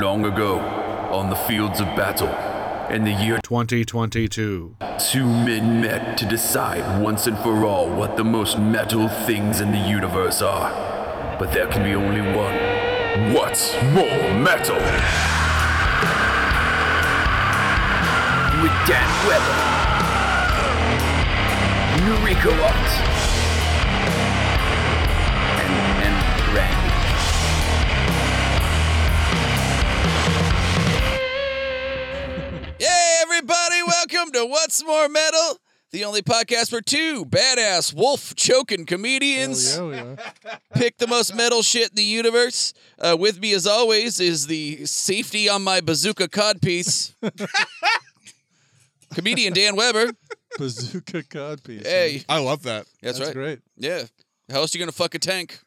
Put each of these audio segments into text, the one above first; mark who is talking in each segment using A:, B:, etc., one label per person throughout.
A: Long ago, on the fields of battle, in the year
B: 2022.
A: two men met to decide once and for all what the most metal things in the universe are. But there can be only one. What's more metal? With Dan Weber, Noriko Ott, and, and Randy.
C: Hey, everybody, welcome to What's More Metal, the only podcast where two badass wolf choking comedians pick the most metal shit in the universe. Uh, with me, as always, is the safety on my bazooka codpiece, comedian Dan Weber.
D: Bazooka codpiece.
C: Hey,
E: I love that.
C: that's,
D: that's
C: right.
D: great.
C: Yeah. How else you gonna fuck a tank?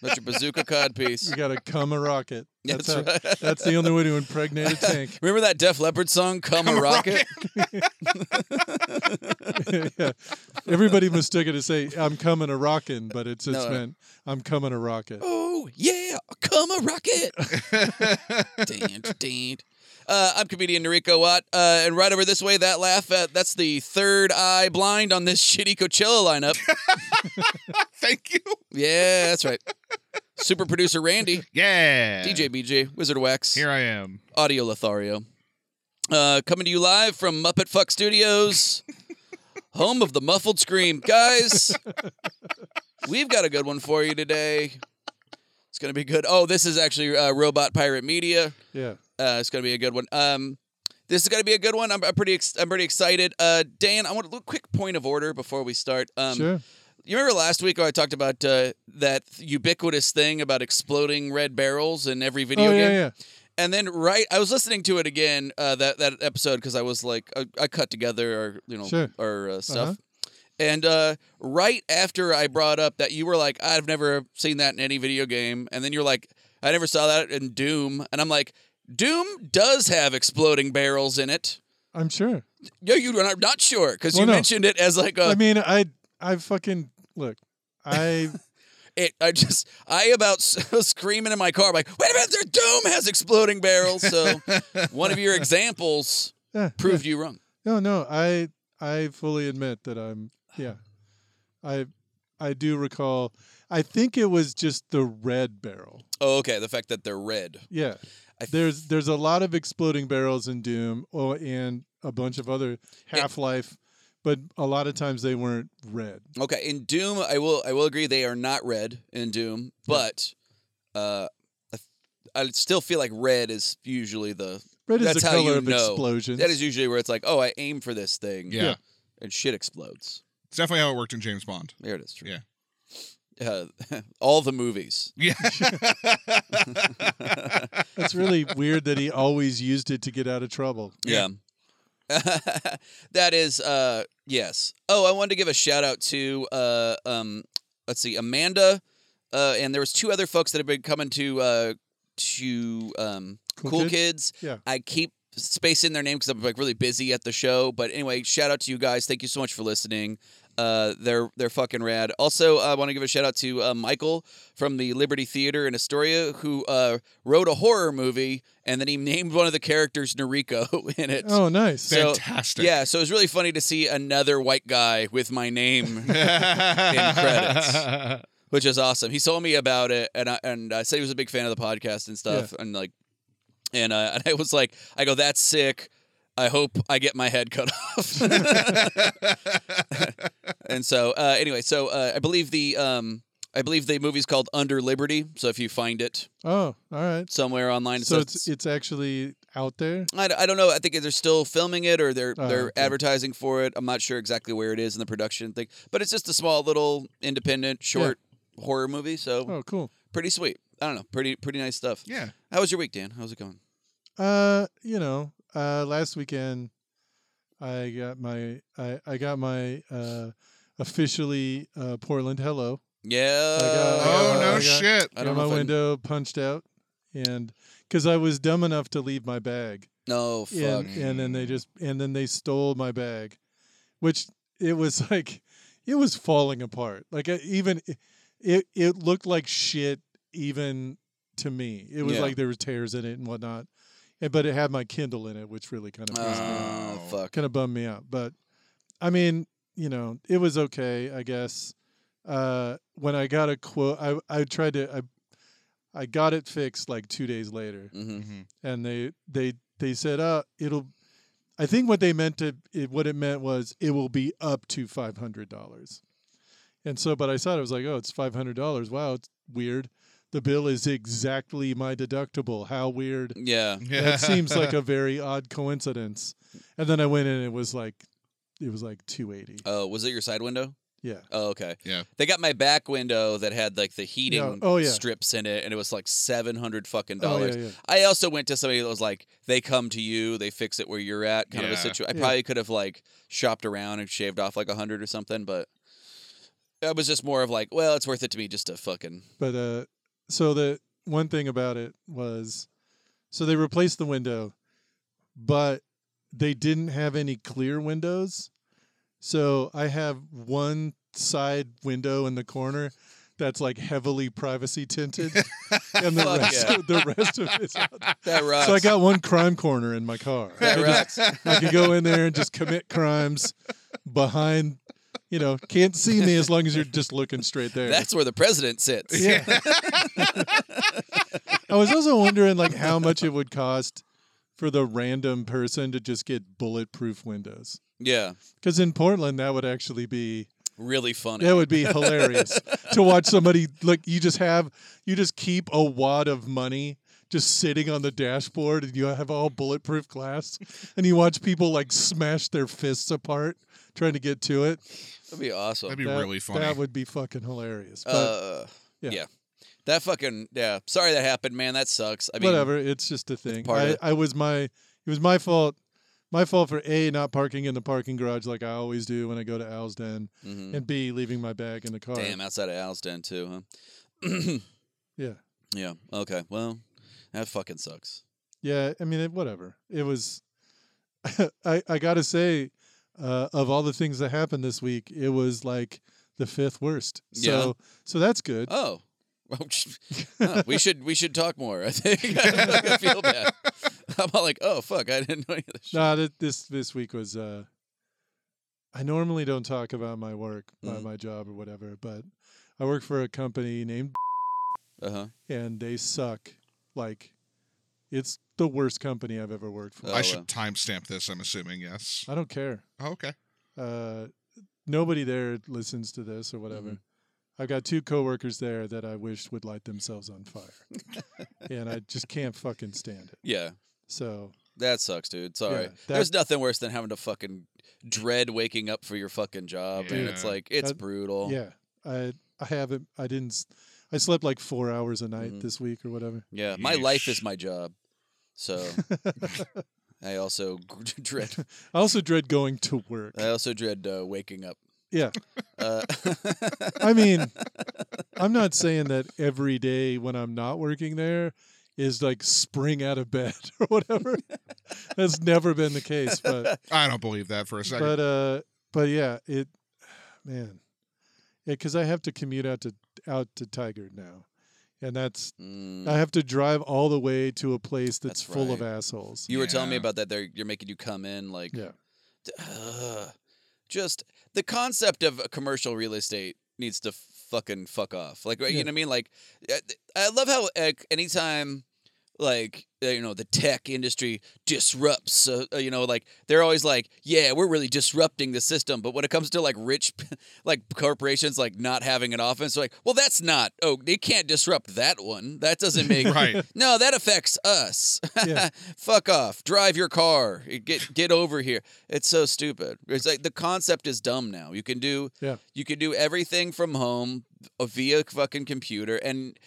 C: That's your bazooka codpiece.
D: You gotta come a rocket.
C: That's
D: how-
C: right.
D: That's the only way to impregnate a tank.
C: Remember that Def Leppard song, "Come, a Rocket"?
D: yeah. Everybody mistook it to say "I'm coming a rockin'," but it's it's
C: No. uh,
D: meant "I'm coming a rocket."
C: Oh yeah, come a rocket. dun, dun. Uh, I'm comedian Noriko Watt, uh, and right over this way, that laugh at that's the third eye blind on this shitty Coachella lineup.
E: Thank you.
C: yeah, that's right. Super producer Randy,
E: Yeah.
C: DJ BJ, Wizard of Wax,
E: Here I am.
C: Audio Lothario, uh, coming to you live from Muppet Fuck Studios, home of the muffled scream, guys. we've got a good one for you today. It's gonna be good. Oh, this is actually uh, Robot Pirate Media.
D: Yeah.
C: Uh, it's gonna be a good one. Um, this is gonna be a good one. I'm, I'm pretty. Ex- I'm pretty excited. Uh, Dan, I want a little quick point of order before we start. Um,
D: sure.
C: You remember last week I talked about uh, that ubiquitous thing about exploding red barrels in every video
D: Oh
C: game,
D: yeah, yeah.
C: and then right, I was listening to it again uh, that that episode because I was like, I, I cut together our you know
D: Sure.
C: our uh, stuff.
D: Uh-huh.
C: And uh, right after I brought up that you were like, I've never seen that in any video game, and then you're like, I never saw that in Doom, and I'm like, Doom does have exploding barrels in it.
D: I'm sure.
C: Yeah, you are not sure because
D: Well,
C: you
D: no.
C: mentioned it as like a.
D: I mean, I I fucking look. I
C: it, I just I about s- was screaming in my car like, wait a minute, their Doom has exploding barrels. So one of your examples
D: yeah,
C: proved you wrong.
D: No, no, I I fully admit that I'm yeah. I I do recall I think it was just the red barrel.
C: Oh, okay, the fact that they're red.
D: Yeah.
C: I th-
D: there's there's a lot of exploding barrels in Doom oh, and a bunch of other Half-Life, but a lot of times they weren't red.
C: Okay, in Doom, I will I will agree they are not red in Doom, but uh, I, th- I still feel like red is usually the
D: Red is
C: That's
D: the
C: how you
D: color of
C: know.
D: explosions.
C: that is usually where it's like, oh, I aim for this thing,
E: Yeah.
C: and shit explodes.
E: It's definitely how it worked in James Bond.
C: There it is. True. Yeah. Uh, all the movies.
E: Yeah.
D: It's really weird that he always used it to get out of trouble.
C: Yeah. that is uh yes. Oh, I wanted to give a shout out to uh um let's see, Amanda uh and there was two other folks that have been coming to uh to um Cool,
D: Cool
C: Kids.
D: Yeah.
C: I keep spacing their name cuz I'm like really busy at the show, but anyway, shout out to you guys. Thank you so much for listening. Uh, they're they're fucking rad. Also, I want to give a shout out to uh, Michael from the Liberty Theater in Astoria, who uh, wrote a horror movie, and then he named one of the characters Noriko in it.
D: Oh, nice.
C: So-
E: Fantastic.
C: Yeah, so it was really funny to see another white guy with my name,
E: in
C: credits. which is awesome. He told me about it, and I, and I said he was a big fan of the podcast and stuff, and like, and uh, and I was like, I go, that's sick. I hope I get my head cut off. and so, uh, anyway, so uh, I believe the um, I believe the movie's called Under Liberty. So if you find it
D: oh, all right.
C: somewhere online,
D: So
C: so
D: it's it's actually out there.
C: I, d- I don't know. I think they're still filming it or they're
D: Oh,
C: they're
D: okay.
C: advertising for it. I'm not sure exactly where it is in the production thing, but it's just a small little independent short horror movie. So
D: Oh, cool.
C: pretty sweet. I don't know. Pretty pretty nice stuff.
E: yeah.
C: How was your week, Dan? How's it going?
D: Uh, you know, uh, last weekend I got my I I got my uh officially uh Portland hello.
C: Yeah.
D: got- I
E: Oh,
D: got-
E: no
D: I got-
E: shit.
C: I
D: I
C: don't
D: got my
C: know if I-
D: window punched out, and because I was dumb enough to leave my bag,
C: No fuck.
D: and, and then they just and then they stole my bag, which it was like it was falling apart. Like I- even it, it looked like shit even to me. It was
C: Yeah.
D: like there was tears in it and whatnot, and, but it had my Kindle in it, which really kind of
C: Oh,
E: Oh.
C: fuck.
D: kind of bummed me out. But I mean, you know, it was okay, I guess. Uh, when I got a quote, I I tried to I I got it fixed like two days later,
C: hmm
E: Mhm.
D: and they they they said, uh, it'll. I think what they meant to it, what it meant was it will be up to five hundred dollars, and so but I saw it I was like, oh, it's five hundred dollars. Wow, it's weird. The bill is exactly my deductible. How weird
C: Yeah.
D: that seems like a very odd coincidence. And then I went in and it was like it was like 280.
C: Oh, was it your side window?
D: Yeah.
C: Oh, okay.
E: Yeah.
C: They got my back window that had like the heating
D: oh, yeah.
C: strips in it, and it was like seven hundred fucking
D: Oh,
C: dollars.
D: yeah, yeah.
C: I also went to somebody that was like, they come to you, they fix it where you're at, kind of a
E: Yeah.
C: situation. I
D: Yeah.
C: probably could have like shopped around and shaved off like a hundred or something, but I was just more of like, well, it's worth it to me just to fucking
D: But uh so the one thing about it was so they replaced the window, but they didn't have any clear windows. So I have one side window in the corner that's like heavily privacy tinted and the
C: Fuck
D: rest
C: yeah.
D: the rest of it's out.
C: that rocks.
D: So I got one crime corner in my car.
C: that
D: I just-
C: rocks.
D: I could go in there and just commit crimes behind, you know, can't see me as long as you're just looking straight there.
C: That's where the president sits.
D: yeah. I was also wondering like how much it would cost for the random person to just get bulletproof windows.
C: Yeah.
D: Because in Portland, that would actually be
C: Really funny.
D: that would be hilarious to watch somebody look. You just have you just keep a wad of money just sitting on the dashboard, and you have all bulletproof glass, and you watch people like smash their fists apart trying to get to it.
C: That'd be awesome.
E: That'd be
D: that,
E: really funny.
D: That would be fucking hilarious. But
C: uh, yeah.
D: yeah.
C: That fucking yeah. Sorry that happened, man. That sucks. I mean,
D: whatever, it's just a thing.
C: part of
D: I,
C: it.
D: I was my it was my fault. My fault for a not parking in the parking garage like I always do when I go to Al's Den,
C: mhm.
D: and b leaving my bag in the car.
C: damn, outside of Alston too, huh?
D: Yeah,
C: yeah. Okay. Well, that fucking sucks.
D: yeah. I mean, it, whatever. It was. I I gotta say, uh, of all the things that happened this week, it was like the fifth worst. So
C: Yeah.
D: so that's good.
C: Oh. Oh, we should we should talk more. I think I feel bad. I'm all like, oh fuck, I didn't know any of this. Shit.
D: No, th- this this week was. Uh, I normally don't talk about my work,
C: Mhm.
D: about my job or whatever, but I work for a company named,
C: Uh huh.
D: and they suck. Like, it's the worst company I've ever worked for.
C: Oh,
E: I
C: wow.
E: should timestamp this, I'm assuming, yes.
D: I don't care.
E: Oh, okay.
D: Uh, nobody there listens to this or whatever. I've got two coworkers there that I wish would light themselves on fire, and I just can't fucking stand it.
C: Yeah,
D: So
C: that sucks, dude. Sorry.
D: Yeah, that-
C: There's nothing worse than having to fucking dread waking up for your fucking job, and
E: Yeah.
C: it's like it's
D: That-
C: brutal.
D: Yeah, I I haven't. I didn't. s- I slept like four hours a night
C: Mhm.
D: this week or whatever.
C: Yeah, my life is
E: Yeesh.
C: my job. So I also dread.
D: I also dread going to work.
C: I also dread uh, waking up.
D: Yeah.
C: Uh,
D: I mean, I'm not saying that every day when I'm not working there is like spring out of bed or whatever. That's never been the case, but
E: I don't believe that for a second.
D: but uh, but yeah, it man, because I have to commute out to out to Tigard now, and that's
C: mm.
D: I have to drive all the way to a place
C: That's
D: that's, full of
C: right.
D: assholes.
C: you were telling me
E: Yeah.
C: about that. They're you're making you come in like.
D: Yeah.
C: d- ugh. uh, just the concept of a commercial real estate needs to fucking fuck off. Like you
D: Yeah.
C: know what I mean? Like I, I love how uh, anytime like uh, you know the tech industry disrupts uh, uh, you know like they're always like yeah we're really disrupting the system but when it comes to like rich like corporations like not having an offense they're like well that's not oh they can't disrupt that one that doesn't make
E: right.
C: no, that affects us.
D: Yeah.
C: Fuck off. Drive your car. Get get over here. It's so stupid. It's like the concept is dumb now. You can do
D: Yeah.
C: you can do everything from home uh, via fucking computer and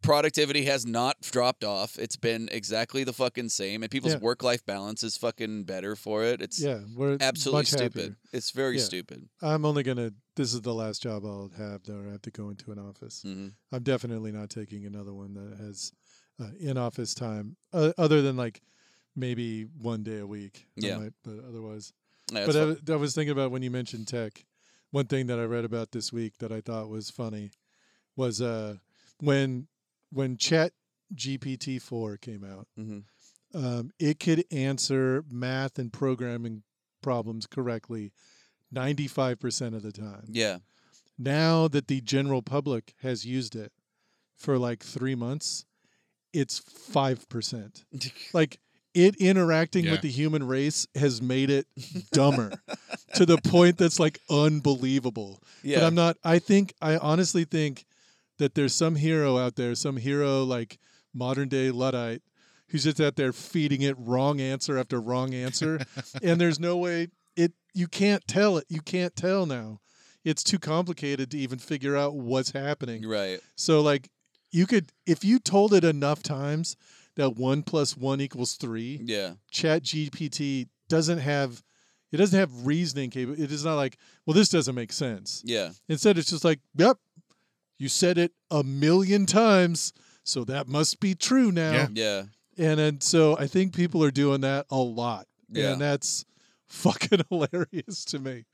C: productivity has not dropped off. It's been exactly the fucking same and people's
D: Yeah.
C: work-life balance is fucking better for it. It's
D: Yeah, we're
C: absolutely
D: much
C: stupid.
D: happier.
C: It's very
D: Yeah.
C: stupid.
D: I'm only gonna. This is the last job I'll have, though. I have to go into an office.
C: hmm
D: I'm definitely not taking another one that has uh, in-office time, uh, other than like maybe one day a week. I
C: Yeah.
D: might, but otherwise, but I, w- I was thinking about when you mentioned tech. One thing that I read about this week that I thought was funny was uh, when when Chat GPT four came out,
C: hmm
D: um, it could answer math and programming problems correctly ninety five percent of the time.
C: Yeah.
D: Now that the general public has used it for like three months, it's five percent like it interacting
E: Yeah.
D: with the human race has made it dumber to the point that's like unbelievable. But
C: yeah.
D: I'm not I think I honestly think that there's some hero out there, some hero like modern day Luddite who's just out there feeding it wrong answer after wrong answer and there's no way it you can't tell it. You can't tell now. It's too complicated to even figure out what's happening.
C: right.
D: So like you could if you told it enough times that one plus one equals three,
C: Yeah.
D: Chat GPT doesn't have it doesn't have reasoning capable. It is not like, well, this doesn't make sense.
C: Yeah.
D: Instead, it's just like, yep, you said it a million times, so that must be true now.
E: Yeah.
C: Yeah.
D: And and so I think people are doing that a lot.
C: Yeah.
D: And that's fucking hilarious to me.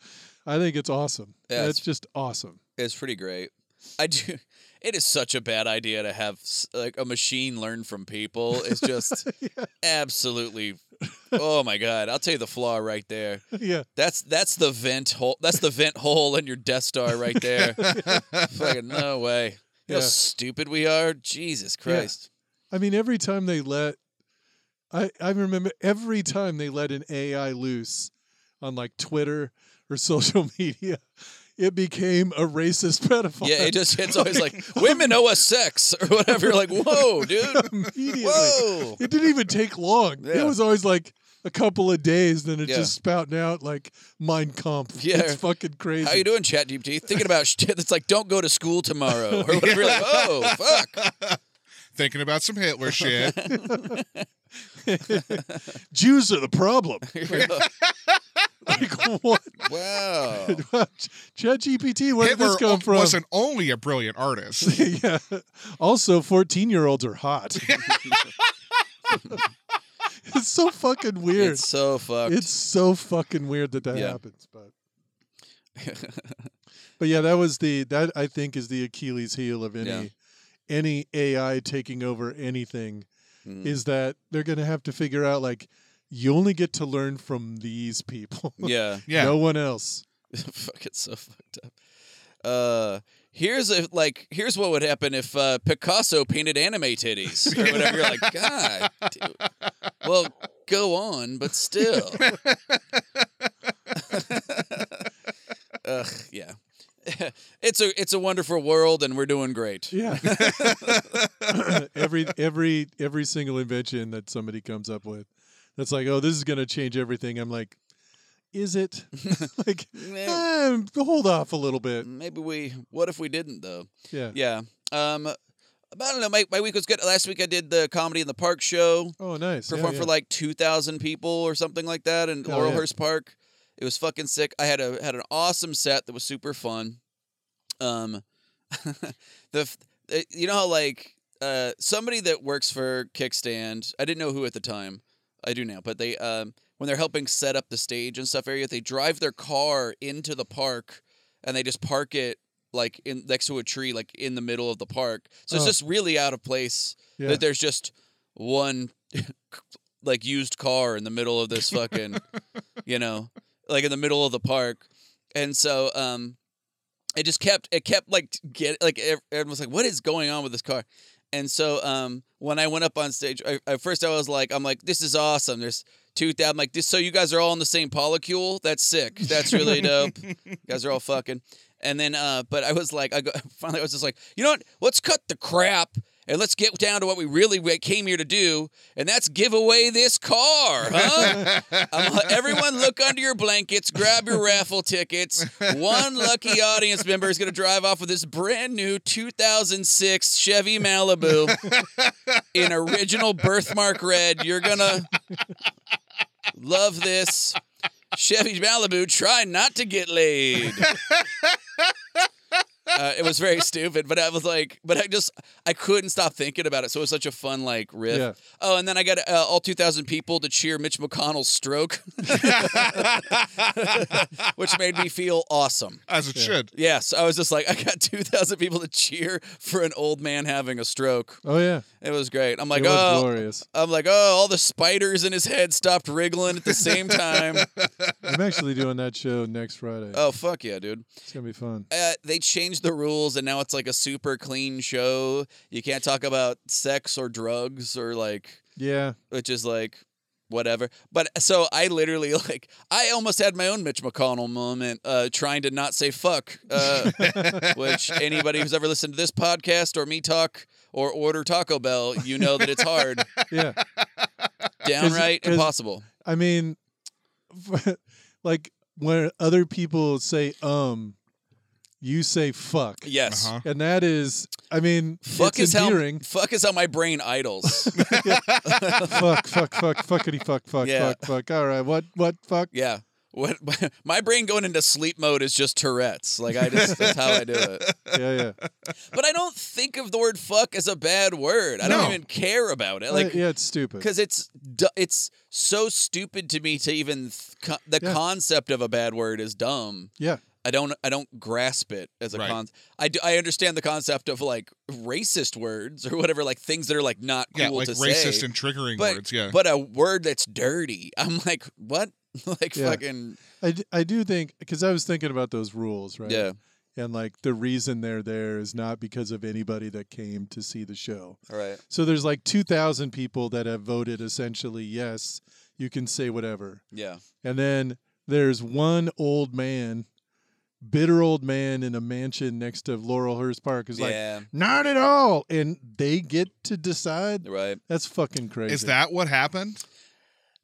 D: I think it's awesome.
C: Yeah,
D: That's
C: it's-
D: just awesome.
C: It's pretty great. I do. It is such a bad idea to have s- like a machine learn from people. It's just
D: Yeah.
C: absolutely. Oh my god! I'll tell you the flaw right there.
D: yeah.
C: That's that's the vent hole. That's the vent hole in your Death Star right there. Fucking no way. You know how
D: Yeah.
C: stupid we are. Jesus Christ.
D: I mean, every time they let, I I remember every time they let an AI loose on like Twitter or social media, it became a racist pedophile.
C: Yeah. It just it's always like women owe us sex or whatever. You're like, whoa, dude.
D: immediately.
C: Whoa.
D: It didn't even take long.
C: Yeah.
D: It was always like a couple of days, then it
C: Yeah.
D: just spouting out like Mein Kampf.
C: Yeah.
D: It's fucking crazy.
C: How you doing, ChatGPT? Thinking about shit that's like, don't go to school tomorrow or whatever. You're Like, oh fuck.
E: Thinking about some Hitler shit.
D: Jews are the problem. like what?
C: wow.
D: ChatGPT, where did
E: Hitler
D: this come
E: o-
D: from?
E: wasn't only a brilliant artist.
D: yeah. Also, 14 year olds are hot. it's so fucking weird.
C: It's
D: It's,
C: so fucked.
D: so fucking weird that that
C: Yeah.
D: happens, but but yeah, that was the that I think is the Achilles heel of any
C: Yeah.
D: any AI taking over anything
C: Mm.
D: is that they're going to have to figure out like you only get to learn from these people.
C: yeah.
E: Yeah.
D: No one else.
C: Fuck, it's so fucked up. Uh, here's a like. Here's what would happen if uh, Picasso painted anime titties or whatever. You're like, God. Dude. Well, go on, but still. Ugh, yeah. it's a it's a wonderful world, and we're doing great.
D: Yeah. every every every single invention that somebody comes up with that's like, oh, this is gonna change everything. I'm like, is it? like
C: Eh,
D: eh, hold off a little bit.
C: Maybe we. What if we didn't though?
D: Yeah.
C: Yeah. Um, but I don't know. My, my week was good. Last week I did the comedy in the park show.
D: Oh nice. Yeah,
C: Performed
D: yeah.
C: for like two thousand people or something like that in
D: Oh,
C: Laurelhurst
D: yeah.
C: Park. It was fucking sick. I had a had an awesome set that was super fun. Um, the f- uh, you know how like uh somebody that works for Kickstand. I didn't know who at the time. I do now, but they um when they're helping set up the stage and stuff area, they drive their car into the park and they just park it like in next to a tree, like in the middle of the park. So it's
D: Oh.
C: just really out of place
D: yeah.
C: that there's just one like used car in the middle of this fucking you know like in the middle of the park and so um it just kept it kept like get like ev- everyone was like what is going on with this car and so um when i went up on stage I, at first i was like i'm like this is awesome there's two thousand like this so you guys are all in the same polycule that's sick that's really dope you guys are all fucking and then uh but i was like i go, finally i was just like you know what let's cut the crap and let's get down to what we really wa- came here to do, and that's give away this car, huh? Um, everyone, look under your blankets, grab your raffle tickets. One lucky audience member is going to drive off with this brand new 2006 Chevy Malibu in original birthmark red. You're gonna love this Chevy Malibu. Try not to get laid. uh, it was very stupid, but I was like, but I just I couldn't stop thinking about it. So it was such a fun like riff.
D: Yeah.
C: Oh, and then I got uh, all two thousand people to cheer Mitch McConnell's stroke, which made me feel awesome.
E: As it
D: Yeah.
E: should.
C: Yes, I was just like, I got two thousand people to cheer for an old man having a stroke.
D: Oh yeah,
C: It was great. I'm like,
D: it was
C: oh,
D: glorious.
C: I'm like, oh, all the spiders in his head stopped wriggling at the same time.
D: I'm actually doing that show next Friday.
C: oh fuck yeah, dude.
D: It's gonna be fun.
C: uh, they changed the rules and now it's like a super clean show. You can't talk about sex or drugs or like,
D: Yeah,
C: which is like whatever. But uh, so I literally like, I almost had my own Mitch McConnell moment uh, trying to not say fuck, uh, which anybody who's ever listened to this podcast or me talk or order Taco Bell, you know that it's hard,
D: yeah.
C: downright
D: 'cause-
C: impossible.
D: I mean, like when other people say um, you say fuck,
C: Yes.
E: Uh-huh.
D: and that is, I mean,
C: Fuck is
D: it's
C: how
D: endearing.
C: fuck is how my brain idles.
D: fuck, fuck, fuck, fuckity, fuck, fuck,
C: Yeah.
D: fuck, fuck. All right, what, what, fuck?
C: Yeah. What my brain going into sleep mode is just Tourette's. Like I just that's how I do it.
D: Yeah, yeah.
C: But I don't think of the word fuck as a bad word. I don't
E: No.
C: even care about it. Like
D: yeah, it's stupid.
C: cuz it's du- it's so stupid to me to even th- co- the
D: Yeah.
C: concept of a bad word is dumb.
D: Yeah,
C: I don't I don't grasp it as a
E: Right.
C: con I do, I understand the concept of like racist words or whatever like things that are like not cool
E: yeah, like
C: to
E: racist
C: say.
E: and triggering
C: but,
E: words. Yeah.
C: but a word that's dirty. I'm like, what? like
D: Yeah.
C: fucking
D: I, d- I do think because I was thinking about those rules, right?
C: yeah.
D: and like the reason they're there is not because of anybody that came to see the show.
C: All right.
D: So there's like 2,000 people that have voted essentially, yes, you can say whatever.
C: Yeah.
D: And then there's one old man, bitter old man in a mansion next to Laurelhurst Park who's like,
C: yeah.
D: not at all. And they get to decide.
C: right.
D: That's fucking crazy.
E: is that what happened?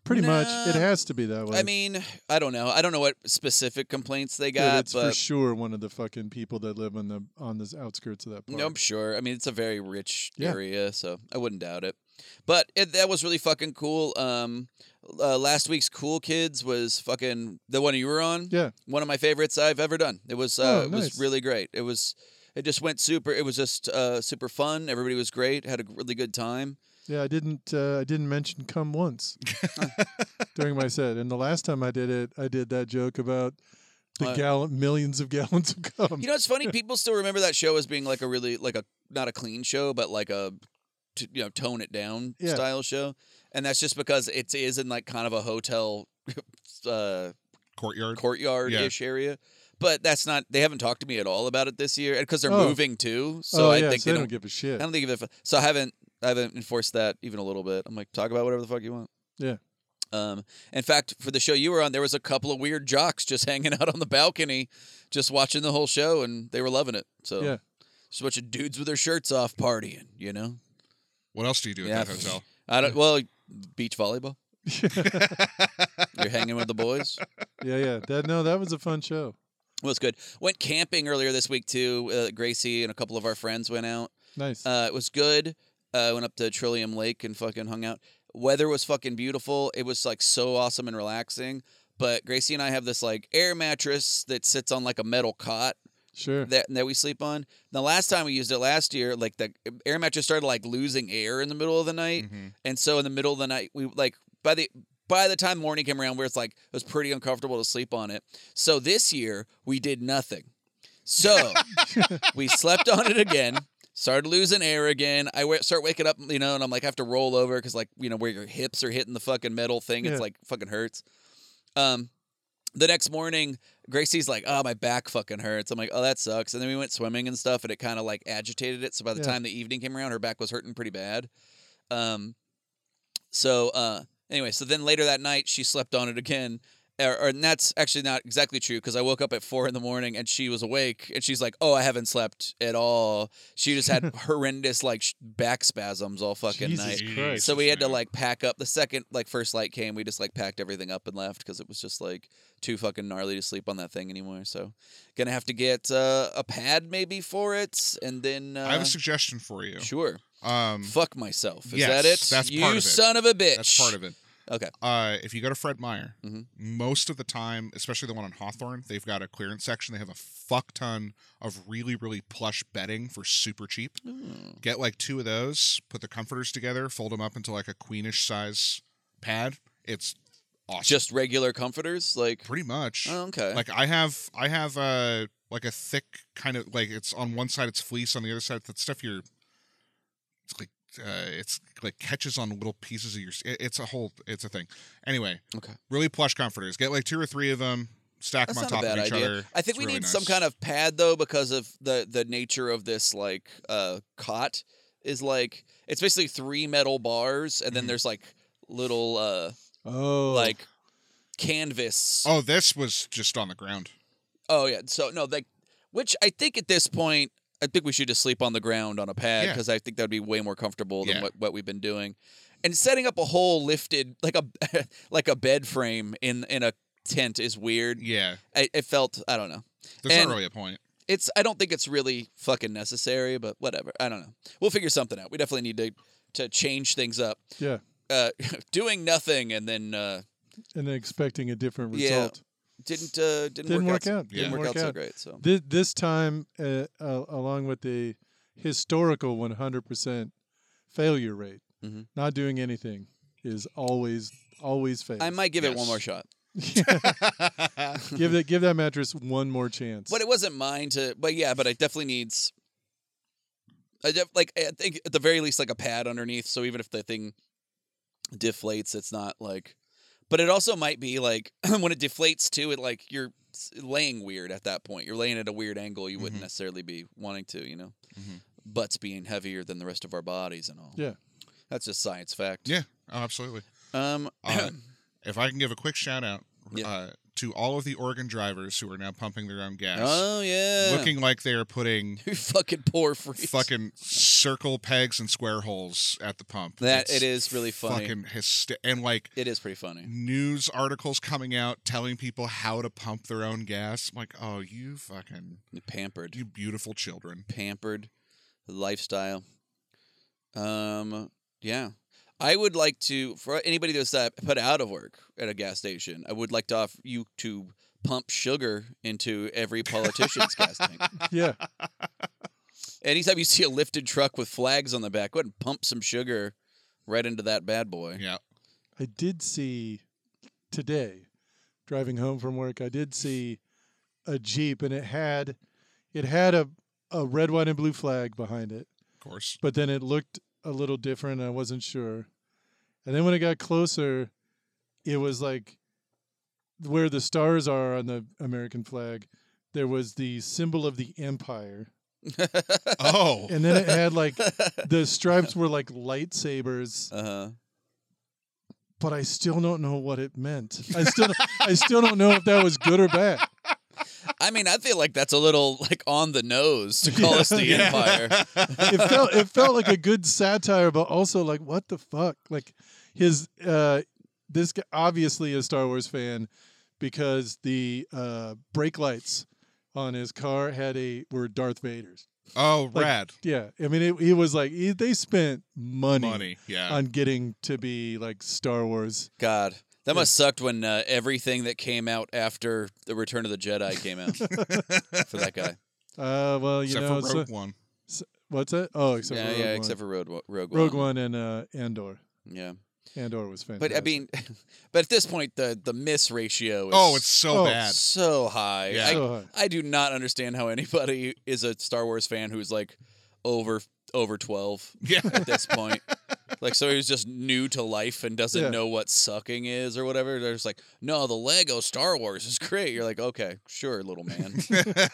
D: pretty much?
C: Nah.
D: It has to be that way.
C: I mean, I don't know. I don't know what specific complaints they
D: Dude,
C: got,
D: it's for
C: but
D: sure one of the fucking people that live on the on the outskirts of that park.
C: no, I'm sure. I mean, it's a very rich
D: Yeah.
C: area, so I wouldn't doubt it. But it, that was really fucking cool. Um, uh, last week's Cool Kids was fucking the one you were on.
D: Yeah.
C: one of my favorites I've ever done. It was uh,
D: Oh,
C: it was
D: nice.
C: really great. It was it just went super. It was just uh, super fun. Everybody was great. Had a really good time.
D: Yeah, I didn't. Uh, I didn't mention cum once during my set. And the last time I did it, I did that joke about the
C: Uh,
D: gallon, millions of gallons of cum.
C: You know, it's funny. People still remember that show as being like a really like a not a clean show, but like a t- you know tone it down
D: Yeah.
C: style show, and that's just because it is in like kind of a hotel uh,
E: Courtyard.
C: courtyard ish area. But that's not. They haven't talked to me at all about it this year because they're
D: Oh.
C: moving too. So
D: oh
C: I
D: yeah,
C: think
D: so
C: they
D: don't,
C: don't.
D: give a shit.
C: I don't think if so. I haven't. I haven't enforced that even a little bit. I'm like, talk about whatever the fuck you want.
D: Yeah.
C: Um, in fact, for the show you were on, there was a couple of weird jocks just hanging out on the balcony, just watching the whole show, and they were loving it. So
D: Yeah.
C: just a bunch of dudes with their shirts off partying. You know,
E: What else do you do
C: Yeah.
E: at that hotel?
C: I don't. Well, beach volleyball. You're hanging with the boys.
D: Yeah, yeah. That no, that was a fun show.
C: Well, it's good. Went camping earlier this week too. Uh, Gracie and a couple of our friends went out.
D: Nice.
C: Uh, it was good. Uh, went up to Trillium Lake and fucking hung out. Weather was fucking beautiful. It was like so awesome and relaxing. But Gracie and I have this like air mattress that sits on like a metal cot
D: sure.
C: that that we sleep on. The last time we used it last year, like the air mattress started like losing air in the middle of the night,
E: Mhm.
C: and so in the middle of the night we like by the by the time morning came around, where it's like it was pretty uncomfortable to sleep on it. So this year we did nothing. So we slept on it again. Started losing air again. I wa- start waking up, you know, and I'm like, I have to roll over because, like, you know, where your hips are hitting the fucking metal thing,
D: Yeah.
C: it's like fucking hurts. Um, the next morning, Gracie's like, "Oh, my back fucking hurts." I'm like, "Oh, that sucks." And then we went swimming and stuff, and it kind of like agitated it. So by the
D: Yeah.
C: time the evening came around, her back was hurting pretty bad. Um, so uh, anyway, so then later that night, she slept on it again. Or, or- and that's actually not exactly true because I woke up at four in the morning and she was awake and she's like, "Oh, I haven't slept at all." She just had horrendous like sh- back spasms all fucking
D: Jesus
C: night.
D: Christ.
C: So we had to
E: man.
C: like pack up the second like first light came, we just like packed everything up and left because it was just like too fucking gnarly to sleep on that thing anymore. So gonna have to get uh, a pad maybe for it, and then uh,
E: I have a suggestion for you.
C: sure
E: Um,
C: fuck myself. Is
E: yes,
C: that it?
E: that's
C: you
E: part of it.
C: son of a bitch.
E: that's part of it.
C: Okay.
E: Uh, if you go to Fred Meyer,
C: Mhm.
E: most of the time, especially the one on Hawthorne, they've got a clearance section. They have a fuck ton of really, really plush bedding for super cheap.
C: Mm.
E: Get like two of those, put the comforters together, fold them up into like a queenish size pad. It's awesome.
C: Just regular comforters, like.
E: pretty much.
C: Oh, okay.
E: Like I have, I have uh like a thick kind of like it's on one side it's fleece, on the other side it's that stuff you're. It's like uh, it's like catches on little pieces of your. it- It's a whole. It's a thing. Anyway.
C: Okay.
E: Really plush comforters. Get like two or three of them. Stack
C: That's
E: them on
C: not
E: top
C: a bad
E: of each
C: idea.
E: other.
C: I think
E: It's
C: we
E: really
C: need some
E: nice.
C: kind of pad though, because of the the nature of this like uh cot is like it's basically three metal bars, and then
E: Mhm.
C: there's like little uh
D: Oh,
C: like canvas.
E: Oh, this was just on the ground.
C: Oh yeah. So no, like which I think at this point I think we should just sleep on the ground on a pad
E: Yeah.
C: because I think that would be way more comfortable than
E: Yeah.
C: what, what we've been doing. And setting up a whole lifted like a like a bed frame in in a tent is weird.
E: Yeah.
C: I, it felt I don't know.
E: There's
C: And-
E: not really a point.
C: It's I don't think it's really fucking necessary, but whatever. I don't know. We'll figure something out. We definitely need to to change things up.
D: yeah,
C: Uh, doing nothing and then uh,
D: and then expecting a different
C: Yeah.
D: result.
C: didn't uh, didn't,
D: Didn't
C: work
D: work
C: out.
D: out.
C: Didn't
E: Yeah.
C: work,
D: Work
C: out so
D: out.
C: great. So
D: This, this time, uh, uh, along with the historical 100% failure rate,
C: Mhm.
D: not doing anything is always always fails.
C: I might give it one
E: Yes.
C: more shot.
D: give that give that mattress one more chance.
C: But it wasn't mine to. But yeah, but it definitely needs. I def, like I think at the very least like a pad underneath, so even if the thing deflates, it's not like. But it also might be like when it deflates too, it like you're s- laying weird at that point. You're laying at a weird angle you wouldn't
E: Mhm.
C: necessarily be wanting to, you know.
E: Mhm.
C: Butts being heavier than the rest of our bodies and all.
D: Yeah.
C: that's just science fact.
E: Yeah. Oh, absolutely.
C: Um.
E: Uh, if I can give a quick shout out
C: Yeah.
E: uh, to all of the Oregon drivers who are now pumping their own gas.
C: oh yeah.
E: looking like they are putting
C: you fucking poor freaks.
E: fucking circle pegs and square holes at the pump.
C: That
E: It's
C: it is really funny.
E: Fucking hyster- and like
C: it is pretty funny.
E: news articles coming out telling people how to pump their own gas. I'm like, oh, you fucking
C: Pampered.
E: you beautiful children.
C: pampered lifestyle. Um, yeah, I would like to for anybody that's uh, put out of work at a gas station. I would like to offer you to pump sugar into every politician's gas tank.
D: yeah,
C: Anytime you see a lifted truck with flags on the back, go ahead and pump some sugar right into that bad boy.
E: Yeah,
D: I did see today driving home from work. I did see a jeep, and it had it had a a red, white, and blue flag behind it.
E: of course.
D: but then it looked a little different. I wasn't sure. And then when it got closer, it was like where the stars are on the American flag, there was the symbol of the empire.
E: Oh,
D: And then it had like the stripes were like lightsabers,
C: Uh huh.
D: but I still don't know what it meant. I still I still don't know if that was good or bad.
C: I mean, I feel like that's a little like on the nose to call us the
D: Yeah.
C: empire.
D: It felt it felt like a good satire, but also like what the fuck? Like his uh this guy obviously a Star Wars fan because the uh brake lights on his car had a were Darth Vader's.
E: oh,
D: Like,
E: rad
D: Yeah. I mean it, he was like he, they spent money,
E: money. Yeah,
D: on getting to be like Star Wars.
C: God, that
D: Yeah.
C: must sucked when uh, everything that came out after the Return of the Jedi came out for that guy.
D: Uh well, you
E: except
D: know
E: for
D: so-
E: Rogue One.
D: what's that? Oh, except
C: yeah,
D: for Rogue
C: yeah,
D: One.
C: except for Rogue, Wa- Rogue One.
D: Rogue One and uh Andor.
C: Yeah,
D: Andor was fantastic.
C: but I mean, but at this point, the the miss ratio is
E: Oh, it's so
D: Oh,
E: bad.
C: so high.
E: Yeah.
C: I,
D: so high.
C: I do not understand how anybody is a Star Wars fan who's like over over twelve
E: Yeah,
C: at this point. Like so he's just new to life and doesn't
D: Yeah.
C: know what sucking is or whatever. They're just like, no, the Lego Star Wars is great. You're like, okay, sure, little man.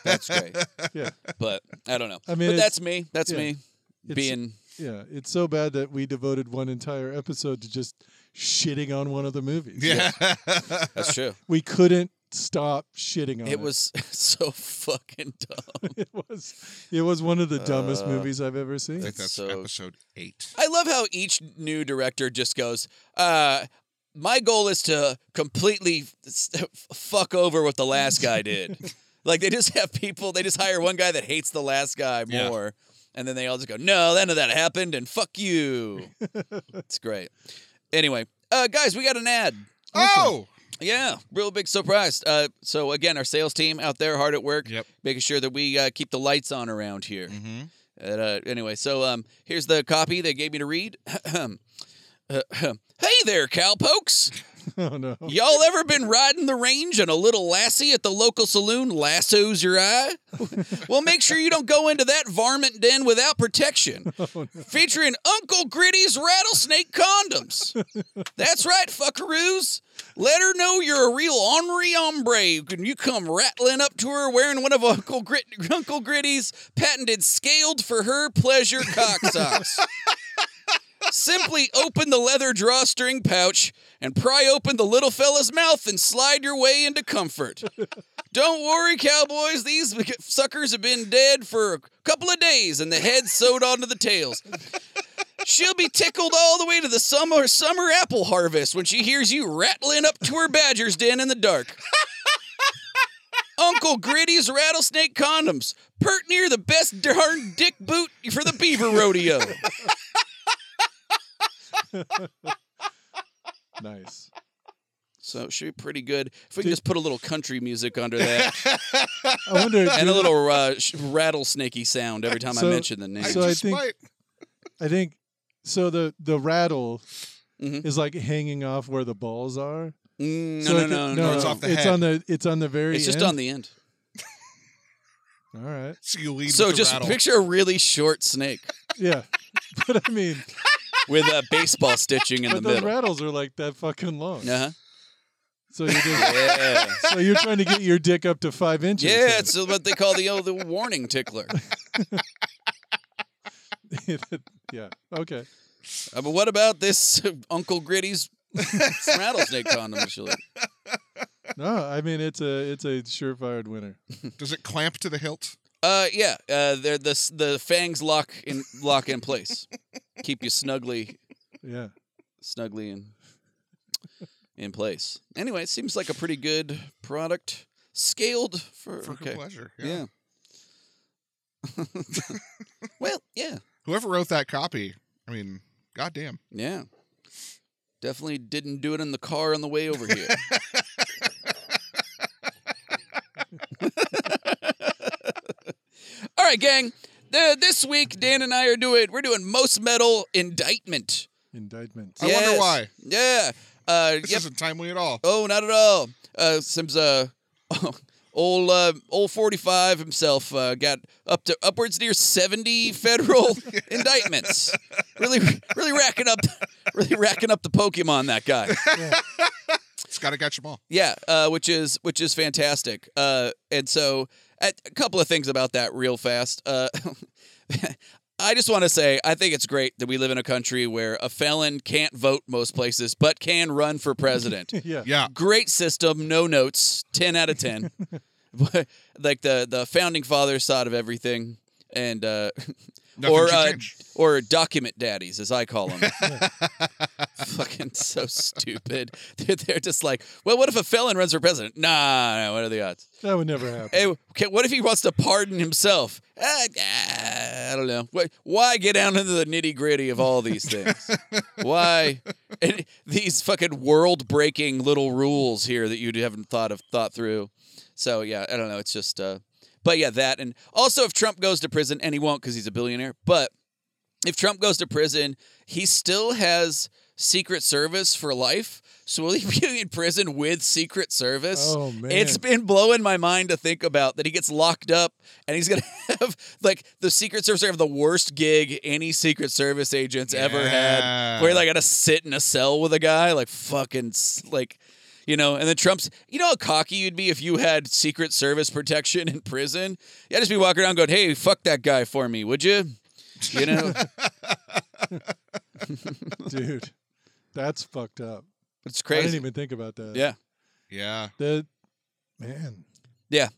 C: that's great.
D: Yeah.
C: But I don't know.
D: I mean,
C: but
D: it's-
C: that's me. That's
D: yeah.
C: me
D: It's-
C: being
D: Yeah, it's so bad that we devoted one entire episode to just shitting on one of the movies.
E: yeah.
C: that's true.
D: We couldn't stop shitting on it.
C: It was so fucking dumb.
D: it was it was one of the dumbest
C: Uh,
D: movies I've ever
E: I
D: seen.
E: think that's
C: So-
E: episode eight.
C: I love how each new director just goes, uh, my goal is to completely f- fuck over what the last guy did. like they just have people, they just hire one guy that hates the last guy
E: Yeah.
C: more. And then they all just go, no, none of that happened and fuck you. it's great. Anyway, uh, guys, we got an ad.
E: Oh,
C: Yeah, real big surprise. Uh, so again, our sales team out there, hard at work,
E: Yep.
C: making sure that we uh, keep the lights on around here.
E: hmm
C: And, uh, anyway, so um, here's the copy they gave me to read. hey there, cowpokes!
D: Oh no.
C: Y'all ever been riding the range and a little lassie at the local saloon lassos your eye? well, make sure you don't go into that varmint den without protection. Featuring Uncle Gritty's rattlesnake condoms. That's right, fuckaroos. Let her know you're a real ornery hombre when you come rattling up to her wearing one of Uncle, Grit- Uncle Gritty's patented scaled for her pleasure cock socks. Simply open the leather drawstring pouch and pry open the little fella's mouth and slide your way into comfort. Don't worry, cowboys. These suckers have been dead for a couple of days and the heads sewed onto the tails. She'll be tickled all the way to the summer summer apple harvest when she hears you rattling up to her badger's den in the dark. Uncle Gritty's rattlesnake condoms, pert near the best darn dick boot for the beaver rodeo.
D: Nice.
C: So it should be pretty good. If we can just put a little country music under that
D: I wonder.
C: and a
D: do-
C: little uh, sh- rattlesnakey sound every time
D: So-
C: I mention the name.
D: So I
E: just
D: think-
E: might.
D: I think so. The the rattle
C: Mhm.
D: is like hanging off where the balls are.
C: Mm, no,
D: So I
C: no,
D: think-
C: no, no,
E: it's
C: no.
E: off the head.
D: on the it's on the very.
C: It's
D: end.
C: just on the end.
D: All right.
E: So you lead
C: So
E: with the
C: just
E: rattle.
C: picture a really short snake
D: Yeah. But I mean,
C: with a baseball stitching in the
D: but those
C: middle.
D: rattles are like that fucking long.
C: Uh-huh.
D: So you're just,
C: Yeah.
D: so you're trying to get your dick up to five inches.
C: Yeah, it's what they call the oh, the warning tickler.
D: then. yeah. Okay.
C: Uh, but what about this uh, Uncle Gritty's rattlesnake condom? that she like-
D: No, I mean it's a it's a surefire winner.
E: Does it clamp to the hilt?
C: Uh, yeah. Uh, they're the s- the fangs lock in lock in place, keep you snugly
D: Yeah.
C: snugly in in place. Anyway, it seems like a pretty good product, scaled for,
E: For
C: okay.
E: her pleasure. Yeah.
C: yeah. well, yeah,
E: Whoever wrote that copy, I mean, goddamn.
C: yeah. Definitely didn't do it in the car on the way over here. All right, gang. The, this week, Dan and I are doing we're doing most metal indictment.
D: Indictment.
E: I wonder why.
C: Yeah. Uh,
E: This
C: yep.
E: isn't timely at all.
C: Oh, not at all. Uh, Sims, uh, old uh, old forty five himself uh, got up to upwards near seventy federal indictments. Really, really racking up, really racking up the Pokemon. That guy.
E: It's got to catch them all.
C: Yeah, uh, which is which is fantastic. Uh, and so, a a couple of things about that real fast. Uh, I just want to say I think it's great that we live in a country where a felon can't vote most places, but can run for president.
D: Yeah.
E: Yeah.
C: great system no notes 10 out of 10 But, like the the founding fathers thought of everything and uh
E: Nothing
C: or
E: should
C: uh,
E: change.
C: or document daddies as i call them fucking so stupid they're, they're just like well what if a felon runs for president nah, nah what are the odds
D: That would never happen.
C: hey, okay, what if he wants to pardon himself Ah, ah, i don't know Why- why get down into the nitty gritty of all these things why and these fucking world breaking little rules here that you haven't thought of thought through so yeah i don't know it's just uh but yeah that and also if trump goes to prison and he won't because he's a billionaire but if trump goes to prison he still has secret service for life so will he be in prison with secret service
D: Oh, man.
C: it's been blowing my mind to think about that he gets locked up and he's gonna have like the secret service have the worst gig any secret service agents ever had
E: Yeah.
C: where like I gotta sit in a cell with a guy, like fucking, s- like, you know. And then Trump's, you know, how cocky you'd be if you had Secret Service protection in prison. Yeah, just be walking around going, "Hey, fuck that guy for me, would you?" You know,
D: dude. That's fucked up.
C: it's
D: I didn't
C: crazy.
D: even think about that.
C: Yeah,
E: Yeah.
D: The man.
C: Yeah.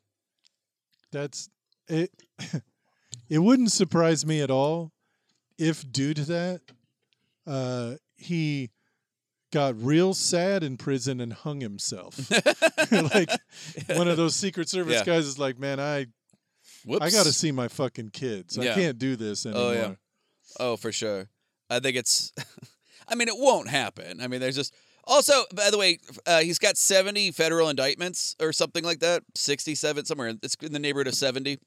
D: That's it. it wouldn't surprise me at all if due to that uh he got real sad in prison and hung himself. like one of those secret service
C: Yeah.
D: guys is like, "Man, I
C: whoops.
D: I got to see my fucking kids.
C: Yeah.
D: I can't do this anymore."
C: Oh yeah. Oh, for sure. I think it's. I mean, it won't happen. I mean, there's just. Also, by the way, uh, he's got 70 federal indictments or something like that, 67 somewhere. in- It's in the neighborhood of 70.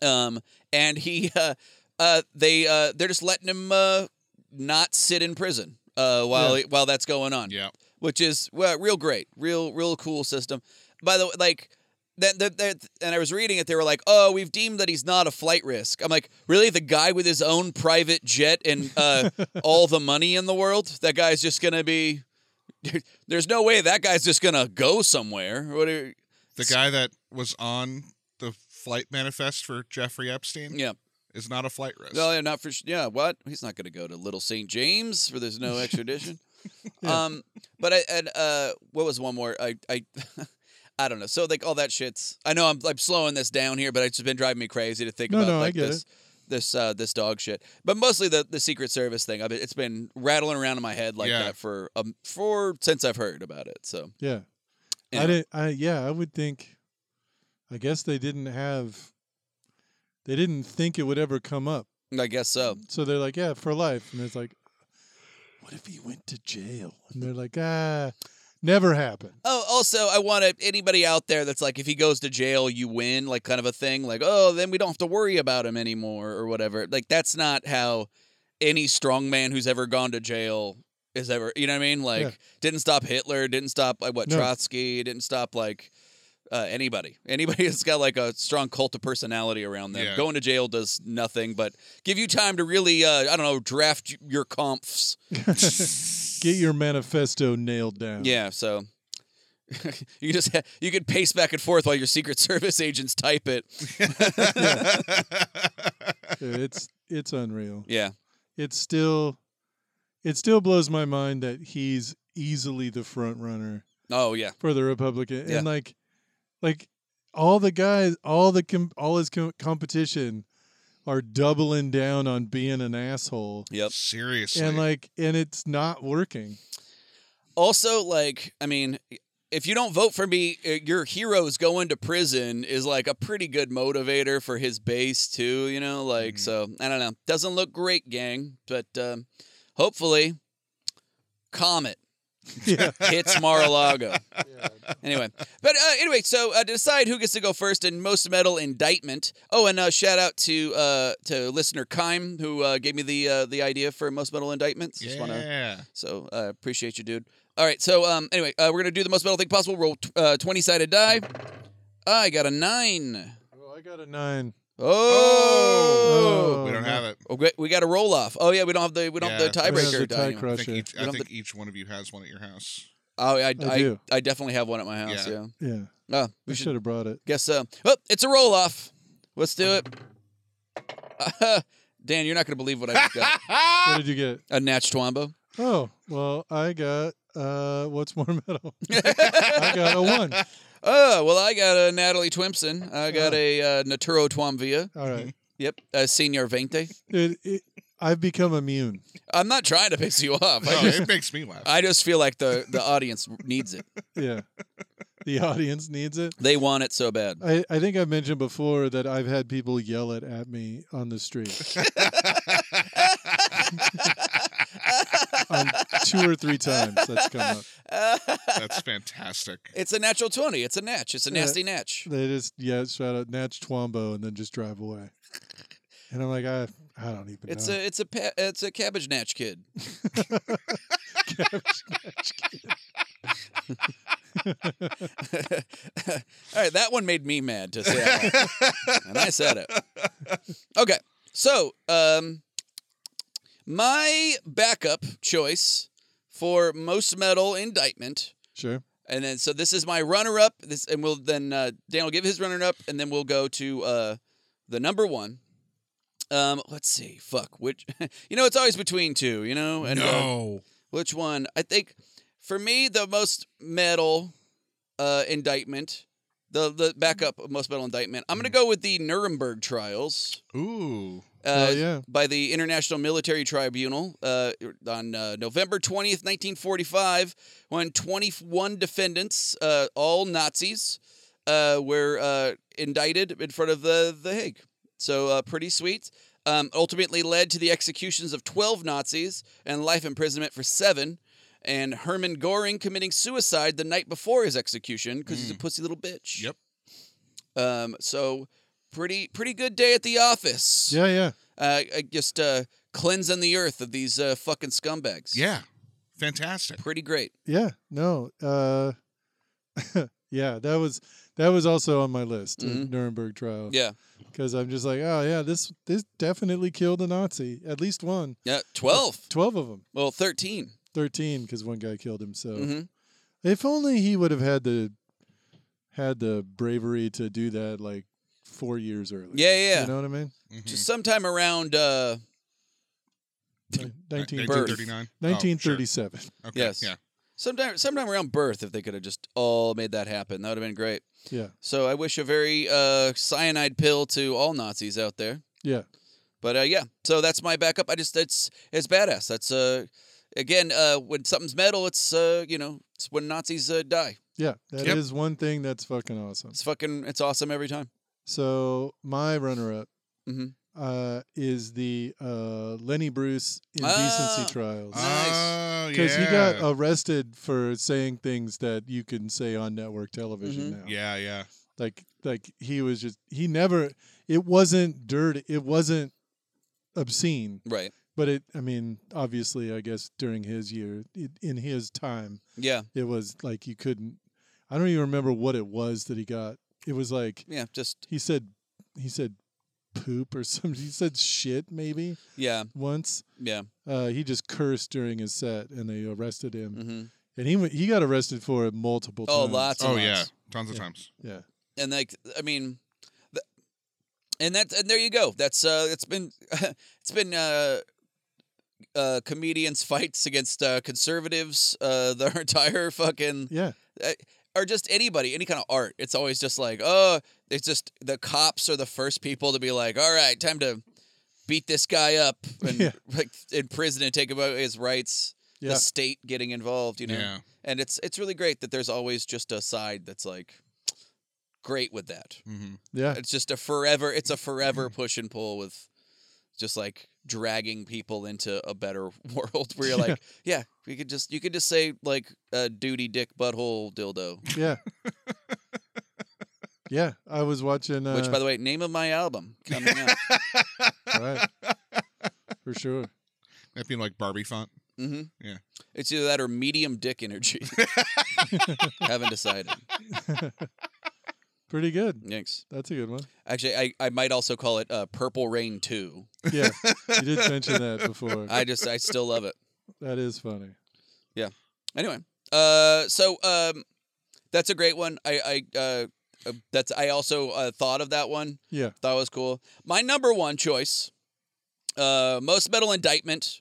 C: Um, and he, uh, uh, they, uh, they're just letting him uh, not sit in prison uh, while while that's going on
E: Yeah.
C: which is well, real great, real real cool system. By the way, like that, that, that, and I was reading it. They were like, "Oh, we've deemed that he's not a flight risk." I'm like, "Really? The guy with his own private jet and uh, all the money in the world? That guy's just gonna be? There's no way that guy's just gonna go somewhere. What? Are,
E: The guy that was on the flight manifest for Jeffrey Epstein
C: yeah,
E: is not a flight risk.
C: No, yeah, not for sh- yeah. What? He's not going to go to Little St. James where there's no extradition.
D: Yeah.
C: Um, but I and uh, what was one more? I I I don't know. So like all that shit's. I know I'm I'm slowing this down here, but it's just been driving me crazy to think
D: No,
C: about
D: no, I
C: like
D: get
C: this this uh, this dog shit. But mostly the the Secret Service thing. I've been, it's been rattling around in my head like
E: Yeah.
C: that for um for since I've heard about it. So
D: Yeah.
C: Anyway.
D: I didn't I yeah, I would think I guess they didn't have they didn't think it would ever come up.
C: I guess so.
D: So they're like, Yeah, for life. And it's like what if he went to jail? And they're like, ah never happened.
C: Oh, also, I want to, anybody out there that's like, if he goes to jail, you win, like kind of a thing. Like, oh, then we don't have to worry about him anymore or whatever. Like, that's not how any strongman who's ever gone to jail is ever. You know what I mean? Like,
D: Yeah.
C: didn't stop Hitler, didn't stop like what
D: No.
C: Trotsky, didn't stop like uh, anybody. Anybody that's got like a strong cult of personality around them.
E: Yeah.
C: Going to jail does nothing but give you time to really, uh, I don't know, draft your comps.
D: Get your manifesto nailed down.
C: Yeah, so you just ha- you could pace back and forth while your Secret Service agents type it.
D: Dude, it's it's unreal.
C: Yeah,
D: It's still it still blows my mind that he's easily the front runner
C: oh yeah,
D: for the Republican,
C: Yeah.
D: and like, like all the guys, all the com- all his com- competition are doubling down on being an asshole,
C: yep.
E: Seriously.
D: and like, and it's not working.
C: Also, like, I mean, if you don't vote for me, uh, your heroes going to prison is like a pretty good motivator for his base too. You know, like,
E: Mhm.
C: so I don't know. Doesn't look great, gang, but um, hopefully, Comet
D: yeah,
C: hits Mar-a-Lago. Anyway, but uh, anyway, so uh, to decide who gets to go first in most metal indictment. Oh, and uh, shout out to uh, to listener Kime who uh, gave me the uh, the idea for most metal indictments. Just wanna,
E: yeah.
C: so uh, appreciate you, dude. All right, so um, anyway, uh, we're gonna do the most metal thing possible. Roll t- uh, twenty sided die. I got a nine.
D: well, I got a nine.
C: Oh,
D: Oh,
E: we don't
D: no.
E: have it.
C: okay, we got a roll off. Oh yeah, we don't have the we don't have the
E: Yeah.
D: We have
C: tiebreaker
D: the
C: die.
D: tie
C: anymore.
E: I think,
D: crusher.
E: each,
C: You
E: I
C: don't
E: think each one of you has one at your house.
C: Oh, I I,
D: I
C: I,
D: do.
C: definitely have one at my house. Yeah.
E: Yeah.
C: Oh,
D: Yeah, we
C: we should
D: should have brought it.
C: Guess so. Oh, it's a roll off. Let's do it. Dan, you're not going to believe what I just got.
D: What did you get?
C: a Natch Twombo.
D: Oh, well, I got uh, what's more metal? I got a one.
C: Oh, well, I got a Natalie Twimpson. I got
D: Oh.
C: a uh, Naturo Twomvia.
D: All right,
C: Yep. A Senior Vente.
D: Dude, it, I've become immune.
C: I'm not trying to piss you off.
E: No,
C: I just,
E: Oh, it makes me laugh.
C: I just feel like the, the audience needs it.
D: Yeah, the audience needs it.
C: They want it so bad.
D: I, I think I've mentioned before that I've had people yell it at me on the street um, two or three times. That's come up.
E: That's fantastic.
C: it's a natural 20. It's a Natch. It's a
D: Yeah.
C: nasty Natch.
D: They just yeah shout out Natch Twombo and then just drive away. And I'm like I I don't even
C: It's
D: know.
C: a it's a pa- it's a cabbage natch kid. All right, that one made me mad to say, out loud. and I said it. Okay, so um, my backup choice for most metal indictment,
D: sure.
C: and then so this is my runner-up. This and we'll then uh, Dan will give his runner-up, and then we'll go to uh, the number one. Um, let's see. Fuck, which you know it's always between two, you know, and uh,
E: no.
C: which one? I think for me the most metal uh, indictment, the the backup of most metal indictment. I'm gonna go with the Nuremberg trials.
E: Ooh.
C: Uh,
D: oh yeah.
C: By the International Military Tribunal uh, on uh, November 20th, 1945, when 21 defendants, uh, all Nazis, uh, were uh, indicted in front of the, the Hague. So uh, pretty sweet. um, ultimately led to the executions of 12 Nazis and life imprisonment for seven, and Hermann Goring committing suicide the night before his execution because he's a pussy little bitch.
E: Yep.
C: Um, so pretty pretty good day at the office.
D: Yeah, yeah.
C: Uh, I just uh, cleansing the earth of these uh, fucking scumbags.
E: Yeah. Fantastic.
C: Pretty great.
D: Yeah, no. Uh yeah, that was that was also on my list of
C: Mhm.
D: Nuremberg trial.
C: Yeah.
D: Because I'm just like, oh yeah, this this definitely killed a Nazi. At least one.
C: Yeah. 12.
D: Twelve of them.
C: Well, 13.
D: Thirteen, because one guy killed himself.
C: hmm
D: If only he would have had the had the bravery to do that like four years earlier.
C: Yeah, yeah.
D: You know what I mean?
E: Mhm.
C: Just sometime around. Uh,
E: Ni-
D: Nineteen
C: Birth.
E: 1939? Oh,
D: nineteen
E: sure.
D: thirty seven.
E: Okay.
C: Yes.
E: Yeah.
C: Sometime, sometime around birth, if they could have just all made that happen, that would have been great.
D: Yeah.
C: So I wish a very uh, cyanide pill to all Nazis out there.
D: Yeah.
C: But uh, yeah, so that's my backup. I just that's it's badass. That's uh, again, uh, when something's metal, it's uh, you know, it's when Nazis uh, die.
D: Yeah. that is
E: Yep.
D: one thing that's fucking awesome.
C: It's fucking, it's awesome every time.
D: So my runner up
C: Mhm.
D: uh, is the uh, Lenny Bruce indecency
C: Ah.
D: trials
E: Oh, yeah.
D: because he got arrested for saying things that you can say on network television now.
E: yeah, yeah.
D: Like like he was just he never it wasn't dirty it wasn't obscene
C: Right.
D: but it I mean obviously I guess during his year it, in his time
C: Yeah.
D: it was like you couldn't I don't even remember what it was that he got it was like
C: Yeah. Just
D: he said he said poop or something. He said shit maybe
C: yeah.
D: once.
C: Yeah.
D: Uh, he just cursed during his set, and they arrested him.
C: hmm
D: And he wa- he got arrested for it multiple
C: Oh,
D: times.
C: lots. and
E: Oh,
C: lots.
E: yeah. Tons of
D: Yeah.
E: times.
D: Yeah,
C: and like I mean, th- and that's and there you go. That's uh, it's been it's been uh, uh, comedians fights against uh, conservatives, uh, their entire fucking
D: yeah,
C: or just anybody, any kind of art. It's always just like, oh, it's just the cops are the first people to be like, all right, time to beat this guy up and
D: Yeah.
C: like in prison and take away his rights.
D: Yeah.
C: The state getting involved, you know,
E: Yeah.
C: and it's it's really great that there's always just a side that's like great with that.
E: hmm
D: yeah,
C: It's just a forever. It's a forever
D: Mm-hmm.
C: push and pull with just like dragging people into a better world where you're
D: Yeah.
C: like, yeah, we could just you could just say like uh, duty dick butthole dildo.
D: yeah, yeah. I was watching. Uh,
C: Which, by the way, name of my album coming up.
D: right. for sure.
E: That being like Barbie font.
C: hmm
E: Yeah.
C: It's either that or medium dick energy. Haven't decided.
D: Pretty good.
C: Thanks.
D: That's a good one.
C: Actually, I, I might also call it uh, Purple Rain Two.
D: Yeah, you did mention that before.
C: I just I still love it.
D: that is funny.
C: Anyway, uh, so um, that's a great one. I, I uh, uh, that's I also uh, thought of that one.
D: Yeah.
C: thought it was cool. My number one choice, uh, most metal indictment.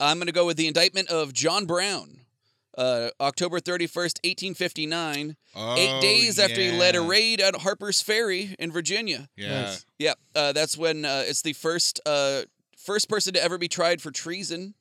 C: I'm gonna go with the indictment of John Brown, uh, October 31st, 1859.
E: Oh,
C: Eight days after he led a
E: yeah.
C: raid at Harper's Ferry in Virginia.
E: Yeah.
D: Nice.
C: Yeah, uh, that's when uh, it's the first uh, first person to ever be tried for treason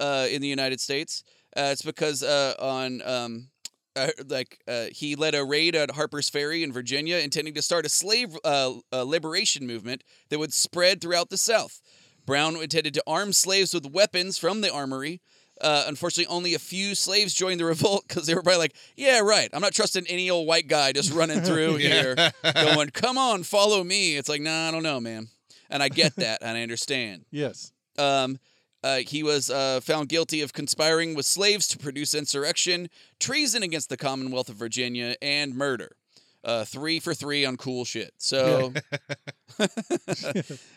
C: uh, in the United States. Uh, it's because uh, on um, uh, like uh, he led a raid at Harper's Ferry in Virginia, intending to start a slave uh, uh, liberation movement that would spread throughout the South. Brown intended to arm slaves with weapons from the armory. Uh, unfortunately, only a few slaves joined the revolt because they were probably like, "Yeah, right. I'm not trusting any old white guy just running through here." going, come on, follow me. It's like, nah, I don't know, man. And I get that and I understand.
D: Yes.
C: Um, uh, he was uh, found guilty of conspiring with slaves to produce insurrection, treason against the Commonwealth of Virginia, and murder. Uh, three for three on cool shit. So,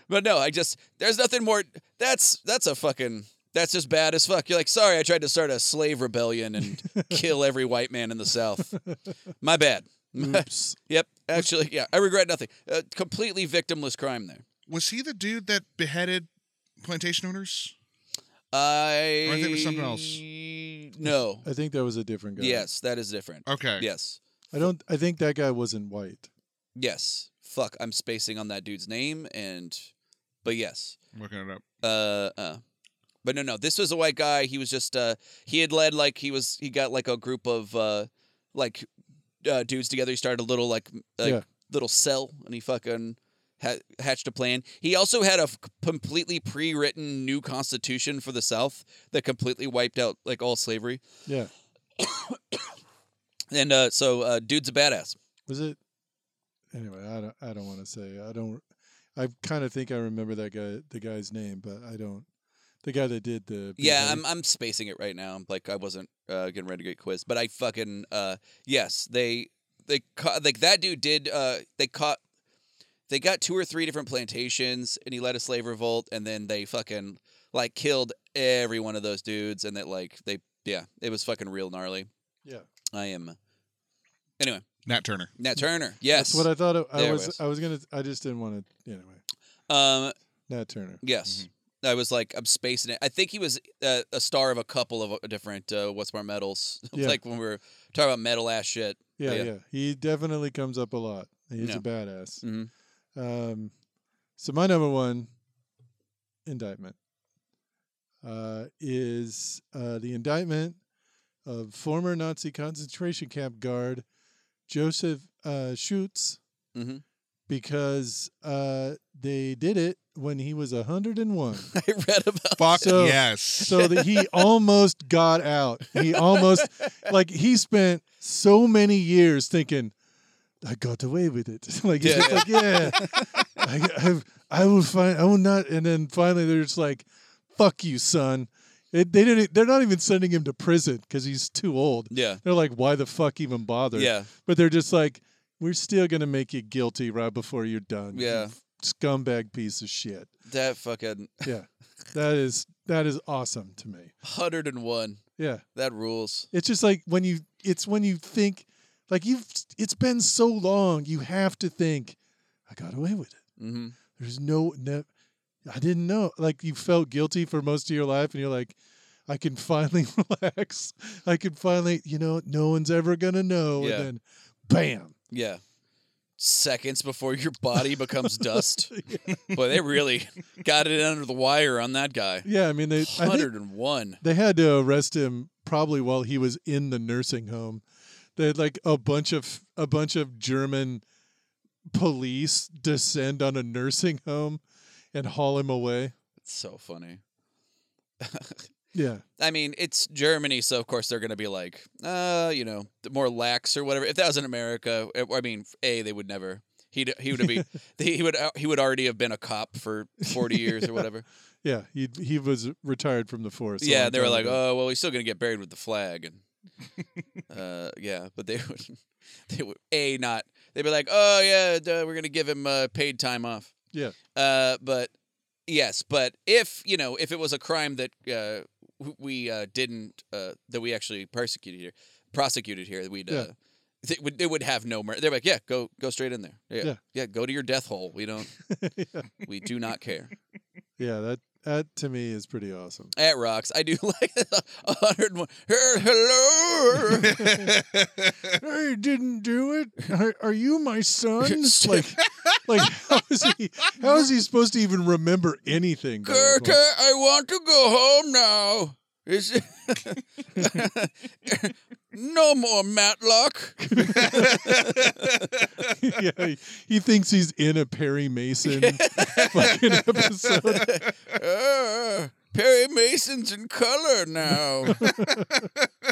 C: but no, I just there's nothing more. That's that's a fucking that's just bad as fuck. You're like, sorry, I tried to start a slave rebellion and kill every white man in the South. My bad.
D: Oops.
C: Yep. Actually, yeah, I regret nothing. Uh, completely victimless crime there.
E: Was he the dude that beheaded plantation owners?
C: I.
E: Or I think it was something else.
C: No.
D: I think that was a different guy.
C: Yes, that is different.
E: Okay.
C: Yes.
D: I don't. I think that guy wasn't white.
C: Yes. Fuck, I'm spacing on that dude's name, and but yes.
E: I'm looking it up.
C: Uh. uh but no, no. This was a white guy. He was just uh he had led like he was he got like a group of uh like uh dudes together. He started a little like like
D: Yeah.
C: little cell and he fucking ha- hatched a plan. He also had a f- completely pre-written new constitution for the South that completely wiped out like all slavery.
D: Yeah.
C: And uh, so, uh, dude's a badass.
D: Was it? Anyway, I don't. I don't want to say. I don't. I kind of think I remember that guy, the guy's name, but I don't. The guy that did the.
C: Yeah, I'm
D: Beheading.
C: I'm spacing it right now. I'm like I wasn't uh, getting ready to get quiz, but I fucking uh, yes, they they caught like that dude did. Uh, they caught they got two or three different plantations, and he led a slave revolt, and then they fucking like killed every one of those dudes, and that like they yeah, it was fucking real gnarly.
D: Yeah.
C: I am. Anyway,
E: Nat Turner.
C: Nat Turner. Yes.
D: That's what I thought. It, I
C: There it
D: was,
C: was.
D: I was gonna. I just didn't want to. Anyway,
C: um,
D: Nat Turner.
C: Yes. Mm-hmm. I was like, I'm spacing it. I think he was uh, a star of a couple of uh, different uh, What's More Metals. It's
D: Yeah.
C: like when we were talking about metal ass shit.
D: Yeah, yeah,
C: Yeah.
D: He definitely comes up a lot. He's
C: Yeah.
D: a badass.
C: Mhm.
D: Um, so my number one indictment uh, is uh, the indictment of former Nazi concentration camp guard Joseph uh, Schutz
C: Mhm.
D: because uh, they did it when he was 101.
C: I read about
E: Fuck
D: So-
E: yes.
D: so that he almost got out. He almost like he spent so many years thinking, I got away with it. like yeah,
C: Yeah,
D: it's
C: yeah.
D: like yeah, I, I've- I will find. I will not. And then finally, they're just like, "Fuck you, son." It, they didn't. They're not even sending him to prison because he's too old.
C: Yeah.
D: They're like, "Why the fuck even bother?"
C: Yeah.
D: But they're just like, "We're still gonna make you guilty right before you're done." you
C: Yeah.
D: scumbag piece of shit.
C: That fucking
D: Yeah, that is that is awesome to me.
C: 101.
D: Yeah.
C: That rules.
D: It's just like when you it's when you think like you've it's been so long you have to think I got away with it.
C: hmm
D: There's no no I didn't know. Like you felt guilty for most of your life and you're like I can finally relax. I can finally, you know, no one's ever going to know
C: Yeah.
D: and then bam.
C: Yeah. Seconds before your body becomes dust. Boy, they really got it under the wire on that guy.
D: Yeah, I mean they I think
C: 101.
D: they had to arrest him probably while he was in the nursing home. They had like a bunch of a bunch of German police descend on a nursing home and haul him away.
C: It's so funny.
D: Yeah.
C: I mean, it's Germany, so of course they're going to be like, uh, you know, th- more lax or whatever. If that was in America, I- I mean, a they would never. He'd, he would be he would uh, he would already have been a cop for forty years or whatever.
D: Yeah, he he was retired from the force. a
C: yeah,
D: long
C: they were
D: time
C: like,
D: ago.
C: oh well, he's still gonna get buried with the flag, and uh, yeah, but they would they would a not they'd be like, oh yeah, duh, we're gonna give him uh, paid time off.
D: Yeah.
C: Uh, but yes, but if you know if it was a crime that uh, w- we uh, didn't uh, that we actually persecuted here, prosecuted here, we'd.
D: Yeah.
C: Uh, they would, they would have no mercy. They're like, yeah, go go straight in there. Yeah,
D: Yeah.
C: yeah, go to your death hole. We don't,
D: yeah.
C: we do not care.
D: yeah, that that to me is pretty awesome.
C: At rocks, I do like a hundred one. Her- Hello,
D: I didn't do it. Are, are you my son? like, like how is he? How is he supposed to even remember anything? by that
C: Gerta,
D: point?
C: I want to go home now. Is no more Matlock.
D: yeah, he, he thinks he's in a Perry Mason fucking episode.
C: Uh, Perry Mason's in color now.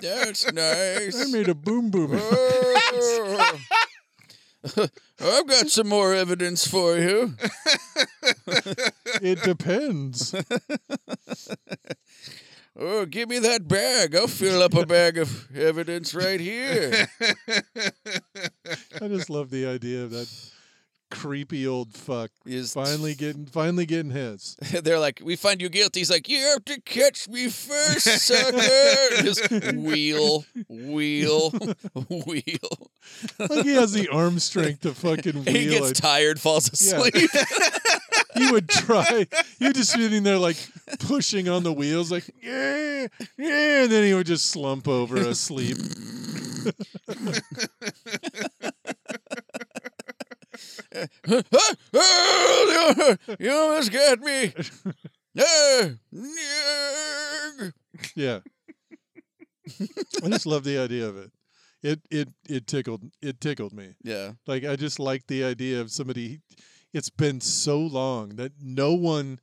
C: That's
D: I
C: nice.
D: made a boom boom.
C: Oh. I've got some more evidence for you.
D: It depends.
C: Oh, give me that bag. I'll fill up a bag of evidence right here.
D: I just love the idea of that creepy old fuck
C: Is-
D: finally getting finally getting his.
C: they're like, we find you guilty. He's like, you have to catch me first, sucker. Just wheel, wheel, wheel.
D: Like he has the arm strength to fucking
C: He
D: wheel.
C: gets
D: it.
C: tired, falls
D: Yeah.
C: asleep.
D: he would try. He would just sitting there like pushing on the wheels, like yeah, yeah, and then he would just slump over asleep.
C: you almost got me. Ah, yeah.
D: Yeah. I just love the idea of it. It it it tickled it tickled me.
C: Yeah.
D: Like I just like the idea of somebody it's been so long that no one,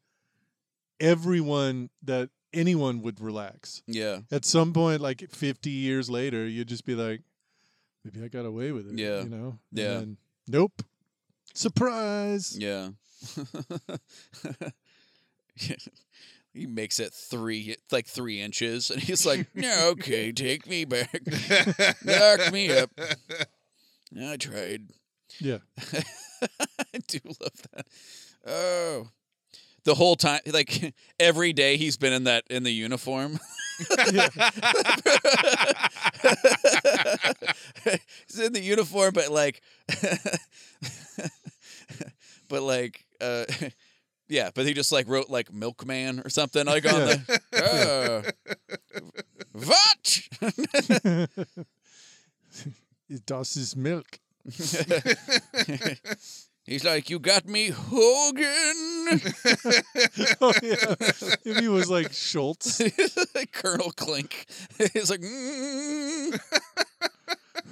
D: everyone that anyone would relax.
C: Yeah.
D: At some point, like 50 years later, you'd just be like, maybe I got away with it.
C: Yeah.
D: You know? And
C: Yeah.
D: then, nope. Surprise.
C: Yeah. he makes it three, like three inches, and he's like, "No, okay, take me back, knock me up." I tried.
D: Yeah.
C: I do love that. Oh, the whole time, like every day, he's been in that in the uniform. he's in the uniform, but like, but like, uh, yeah. But he just like wrote like milkman or something like on the. Oh. What?
D: Das ist milk.
C: He's like, you got me, Hogan,
D: oh, yeah. If he was like Schultz.
C: Colonel Clink. He's like, mm,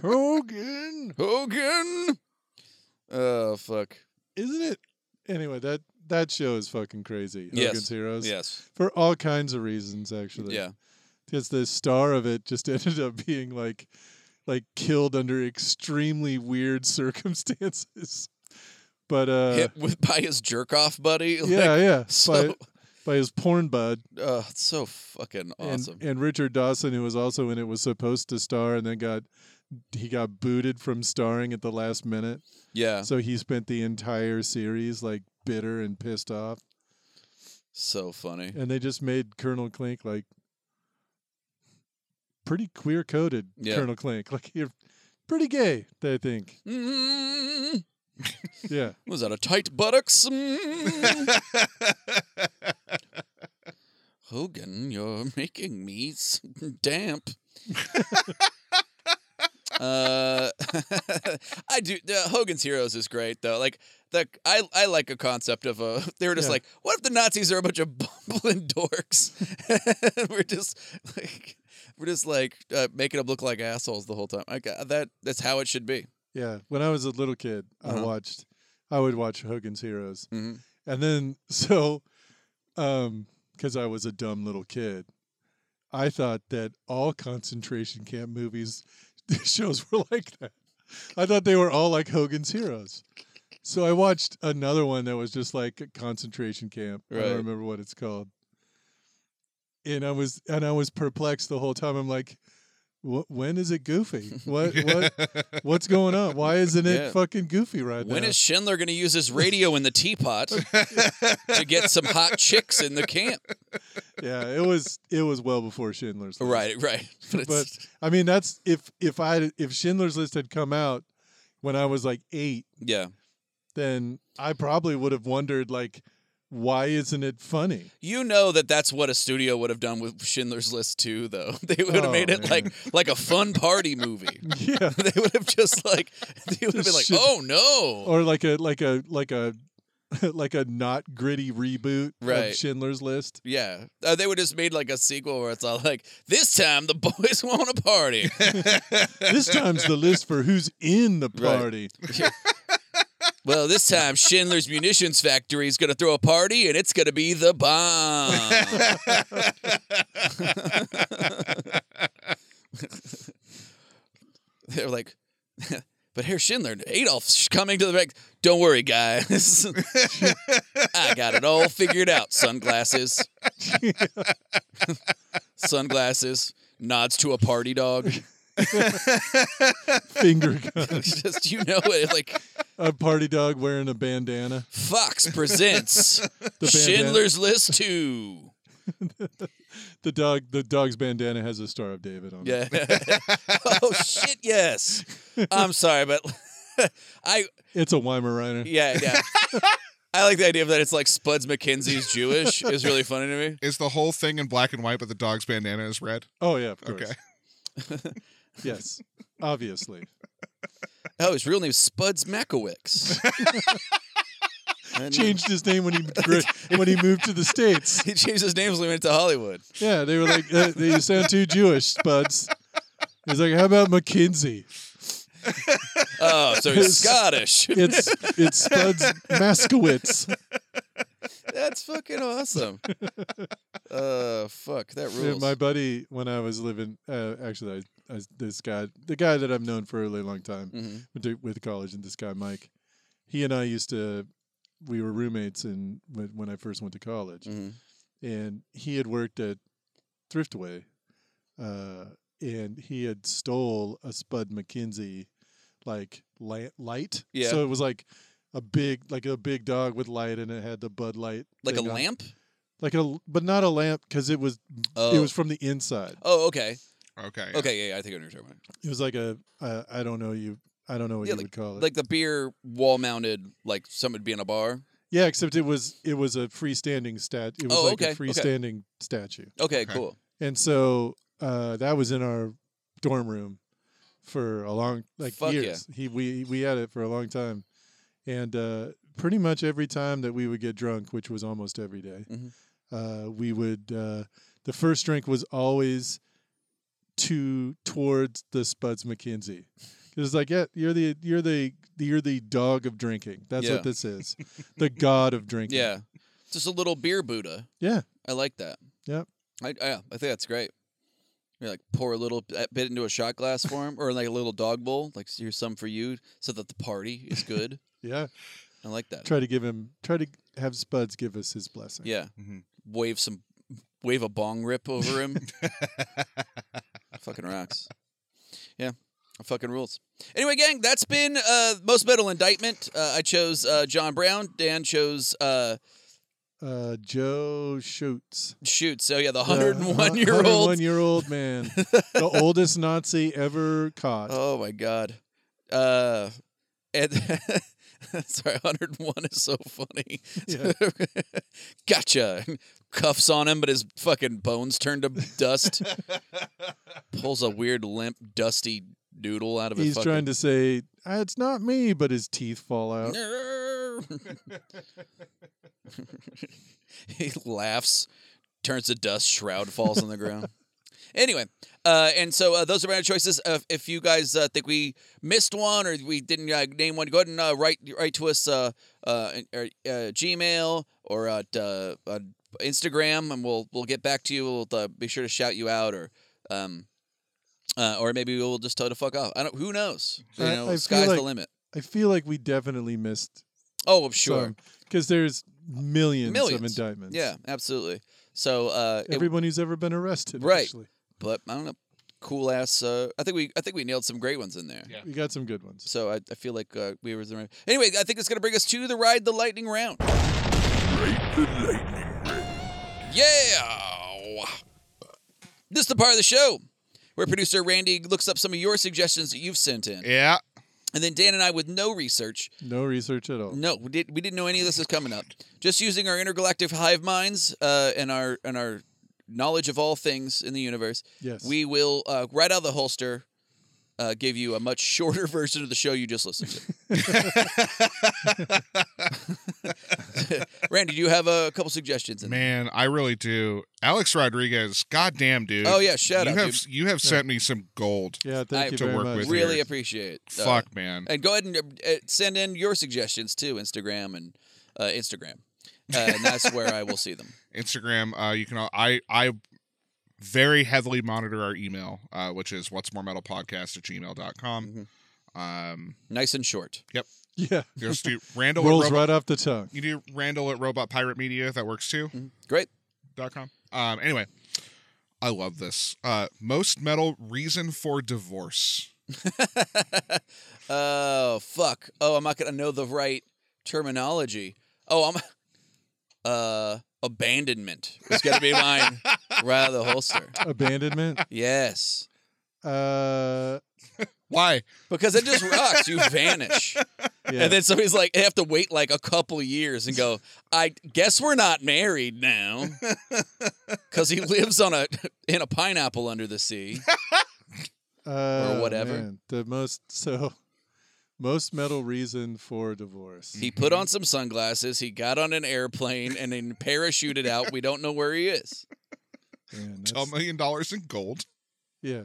D: Hogan.
C: Hogan. Oh fuck.
D: Isn't it? Anyway, that that show is fucking crazy.
C: Yes.
D: Hogan's Heroes.
C: Yes.
D: For all kinds of reasons, actually.
C: Yeah.
D: Because the star of it just ended up being like like killed under extremely weird circumstances. But uh
C: Hit with by his jerk off buddy. Like,
D: yeah, yeah.
C: so-
D: by, by his porn bud.
C: Oh, it's so fucking
D: and,
C: awesome.
D: and Richard Dawson, who was also in it, was supposed to star and then got he got booted from starring at the last minute.
C: yeah.
D: So he spent the entire series like bitter and pissed off.
C: So funny.
D: And they just made Colonel Clink like pretty queer coded
C: Yeah.
D: Colonel Clink. Like you're pretty gay, they think.
C: Mm,
D: Yeah.
C: was that a tight buttocks? Mm. Hogan, you're making me s- damp. uh, I do. Uh, Hogan's Heroes is great though. Like the I I like a concept of a. They were just
D: Yeah.
C: like, what if the Nazis are a bunch of bumbling dorks? we're just like. We're just like uh, making them look like assholes the whole time. I got that. That's how it should be.
D: Yeah. When I was a little kid, I
C: Uh-huh.
D: watched I would watch Hogan's Heroes.
C: hmm
D: And then so um cuz I was a dumb little kid, I thought that all concentration camp movies shows were like that. I thought they were all like Hogan's Heroes. So I watched another one that was just like a concentration camp. I
C: Right.
D: don't remember what it's called. And I was and I was perplexed the whole time. I'm like "Wh- when is it goofy? What what what's going on? Why isn't it
C: Yeah.
D: fucking goofy right
C: When
D: now?
C: is Schindler going to use his radio in the teapot to get some hot chicks in the camp?
D: yeah, it was it was well before Schindler's. List.
C: Right, right. But,
D: But
C: it's,
D: I mean, that's if if I if Schindler's List had come out when I was like eight,
C: yeah.
D: then I probably would have wondered like, why isn't it funny?
C: You know that that's what a studio would have done with Schindler's List too, though. They would have
D: Oh,
C: made it
D: man.
C: like like a fun party movie.
D: Yeah,
C: they would have just like they would have been like,
D: Just shit.
C: "Oh no."
D: or like a like a like a like a not gritty reboot
C: Right.
D: of Schindler's List.
C: yeah. Uh, they would have just made like a sequel where it's all like, "This time the boys want a party."
D: This time's the list for who's in the
C: Right.
D: party.
C: well, this time Schindler's Munitions Factory is going to throw a party and it's going to be the bomb. they're like, but Herr Schindler, Adolf's coming to the back. Don't worry, guys. I got it all figured out. Sunglasses. Sunglasses. Nods to a party dog.
D: Finger gun,
C: It's just, you know, it, like,
D: a party dog wearing a bandana.
C: Fox presents
D: The bandana,
C: Schindler's List 2.
D: the dog, the dog's bandana has a Star of David on it.
C: Yeah. oh, shit, yes. I'm sorry, but I,
D: It's a Weimaraner.
C: yeah, yeah. I like the idea of that it's like Spuds McKenzie's Jewish is really funny to me.
E: is the whole thing in black and white, but the dog's bandana is red?
D: Oh yeah, of course.
E: Okay.
D: Yes, obviously.
C: Oh, his real name's Spuds Makowicz. And
D: Changed his name when he gra- when he moved to the states.
C: He changed his name when he went to Hollywood.
D: Yeah, they were like, uh, "You sound too Jewish, Spuds." He's like, "How about McKinsey?"
C: Oh, so he's Scottish.
D: It's it's Spuds Maskowitz.
C: That's fucking awesome. Uh, fuck that
D: Yeah,
C: rules.
D: my buddy, when I was living, uh, actually, I, I, this guy, the guy that I've known for a really long time,
C: Mhm.
D: went to- with college, and this guy Mike, he and I used to, we were roommates, and when, when I first went to college,
C: Mhm.
D: and he had worked at Thriftway, uh, and he had stole a Spud McKenzie, like light, light.
C: Yeah.
D: So it was like a big, like a big dog with light, and it had the Bud Light,
C: Like a
D: thing on-
C: lamp.
D: like a, but not a lamp because it was it
C: Oh.
D: was from the inside.
C: oh, okay.
E: Okay.
C: Okay, yeah, yeah I think I know what you're talking
D: It was like a uh, I don't know you I don't know what
C: Yeah,
D: you would call
C: about.
D: it.
C: Like the beer wall mounted, like some would be in a bar.
D: yeah, except it was it was a freestanding stat. It was
C: Oh,
D: like
C: okay,
D: a
C: okay.
D: freestanding statue.
C: Okay,
E: Okay.
C: cool.
D: And so uh, that was in our dorm room for a long like
C: Fuck yeah.
D: years. He we we had it for a long time. And uh, pretty much every time that we would get drunk, which was almost every day,
C: Mhm.
D: uh, we would uh, the first drink was always to towards the Spuds McKenzie. 'Cause It's like, yeah, you're the you're the you're the dog of drinking. That's
C: Yeah.
D: what this is, the god of drinking.
C: Yeah, just a little beer Buddha.
D: yeah.
C: I like that.
D: Yep.
C: I yeah, I think that's great. You like pour a little b- bit into a shot glass for him, or like a little dog bowl. Like here's some for you, so that the party is good.
D: Yeah.
C: I like that.
D: Try to give him. Try to have Spuds give us his blessing.
C: Yeah,
E: Mhm.
C: wave some, wave a bong rip over him. fucking rocks. Yeah, fucking rules. Anyway, gang, that's been uh, most metal indictment. Uh, I chose uh, John Brown. Dan chose uh,
D: Uh, Joe Schutz.
C: shoot. So yeah, the
D: The
C: hundred and one
D: hu-
C: year old.
D: 101 year old man. the oldest Nazi ever caught.
C: Oh my god. Uh, and sorry, hundred and one is so funny.
D: Yeah.
C: gotcha. Cuffs on him, but his fucking bones turn to dust. Pulls a weird limp, dusty noodle out of his.
D: He's
C: fucking-
D: trying to say, "Ah, it's not me, but his teeth fall out.
C: he laughs, turns to dust, shroud falls on the ground. Anyway, uh, and so uh, those are my choices. Uh, if you guys uh, think we missed one or we didn't uh, name one, go ahead and uh, write write to us uh, uh, in- or, uh, Gmail or at uh, on Instagram, and we'll we'll get back to you. We'll uh, be sure to shout you out or. Um, uh, or maybe we'll just tell you to fuck off. I don't. Who knows? You
D: I-
C: know,
D: I feel
C: sky's the
D: like-
C: limit.
D: I feel like we definitely missed
C: Oh, I'm sure.
D: Because there's millions, of
C: Millions.
D: indictments.
C: Yeah, absolutely. So, uh, it-
D: Everyone who's ever been arrested.
C: Right.
D: Actually.
C: but I don't know, cool ass. Uh, I think we I think we nailed some great ones in there.
E: Yeah.
D: We got some good ones.
C: So I, I feel like uh, we were the right. Anyway, I think it's gonna bring us to the ride the lightning round.
A: Rate the lightning round.
C: Yeah. This is the part of the show where producer Randy looks up some of your suggestions that you've sent in,
E: Yeah.
C: and then Dan and I, with no research,
D: No research at all.
C: No, we did. We didn't know any of this was coming up. Just using our intergalactic hive minds uh, and our and our knowledge of all things in the universe,
D: Yes.
C: we will uh, right out of the holster uh, give you a much shorter version of the show you just listened to. Randy, do you have a couple suggestions? In there?
E: Man, I really do. Alex Rodriguez, goddamn dude.
C: Oh yeah, shout
E: you
C: out,
E: have
C: dude.
E: you have sent me some gold.
D: yeah. Thank
C: I-
D: you
E: To
D: very
E: work
D: much.
E: with
C: Really
E: here.
C: appreciate it. Uh,
E: Fuck, man.
C: and go ahead and uh, uh, send in your suggestions too, Instagram and uh, Instagram, uh, and that's where I will see them.
E: Instagram. Uh, you can. al- I I very heavily monitor our email, uh, which is what's more metal podcast at gmail.com.
C: Mm-hmm.
E: Um,
C: Nice and short.
D: Yeah.
E: just do Randall. at
D: Rolls
E: Robo-
D: right off the tongue.
E: you do Randall at Robot Pirate Media. That works too.
C: Great.
E: Dot com. Um, anyway, I love this. Uh, most metal reason for divorce.
C: oh fuck! Oh, I'm not gonna know the right terminology. Oh, I'm uh abandonment. It's gonna be mine right out of the holster.
D: Abandonment.
C: Yes,
D: Uh,
E: Why?
C: because it just rocks. You vanish,
D: yeah.
C: and then somebody's like, they have to wait like a couple years and go. I guess we're not married now, because he lives on a in a pineapple under the sea.
D: uh,
C: whatever.
D: man, the most so most metal reason for divorce.
C: He put on some sunglasses. He got on an airplane and then parachuted out. We don't know where he is.
D: Man,
E: A
D: that's-
E: million dollars in gold.
D: yeah.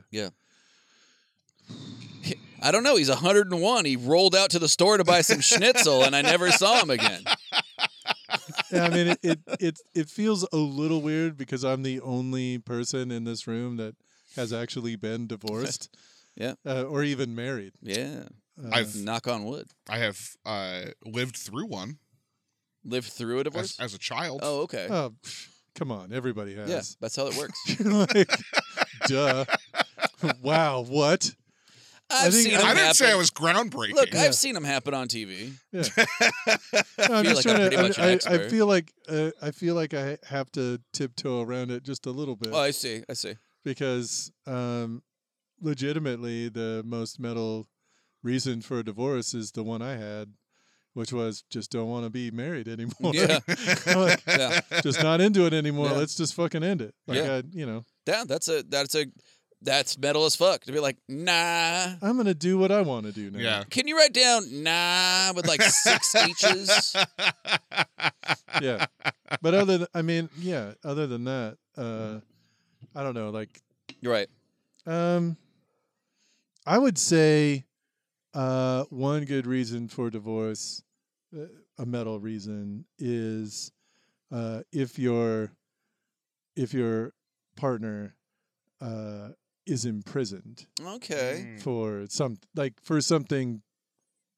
C: I don't know. He's 101. He rolled out to the store to buy some schnitzel, and I never saw him again.
D: I mean, it, it it it feels a little weird because I'm the only person in this room that has actually been divorced,
C: Yeah.
D: uh, or even married.
C: Yeah.
D: Uh,
E: I've-
C: Knock on wood.
E: I have uh, lived through one
C: Lived through a
E: as,
C: divorce.
E: as a child.
C: Oh, okay.
D: oh, pff, come on, everybody
C: yeah,
D: has.
C: that's how it works.
D: like, duh. wow, what?
C: I've
D: think-
C: seen
E: I
C: him
E: didn't
C: happen.
E: say I was groundbreaking.
C: Look,
D: Yeah.
C: I've seen him happen on TV.
D: No,
C: feel
D: I'm just
C: like I'm
D: trying
C: pretty much
D: to.
C: an
D: I, I, I
C: expert.
D: feel like uh, I feel like I have to tiptoe around it just a little bit
C: Oh, I see. I see.
D: because, um, legitimately, the most metal reason for a divorce is the one I had, which was just don't want to be married anymore.
C: Yeah.
D: Like,
C: Yeah.
D: just not into it anymore.
C: Yeah.
D: Let's just fucking end it. Like
C: Yeah.
D: I, you know,
C: Yeah, that's a that's a that's metal as fuck to be like nah.
D: I'm gonna do what I want to do now.
E: yeah.
C: Can you write down nah with like six H's?
D: yeah. But other, than, I mean, yeah. Other than that, uh, I don't know. Like,
C: You're right.
D: um, I would say, uh, one good reason for divorce, uh, a metal reason, is, uh, if your, if your partner, uh, is imprisoned
C: Okay.
E: Mm.
D: for some like for something,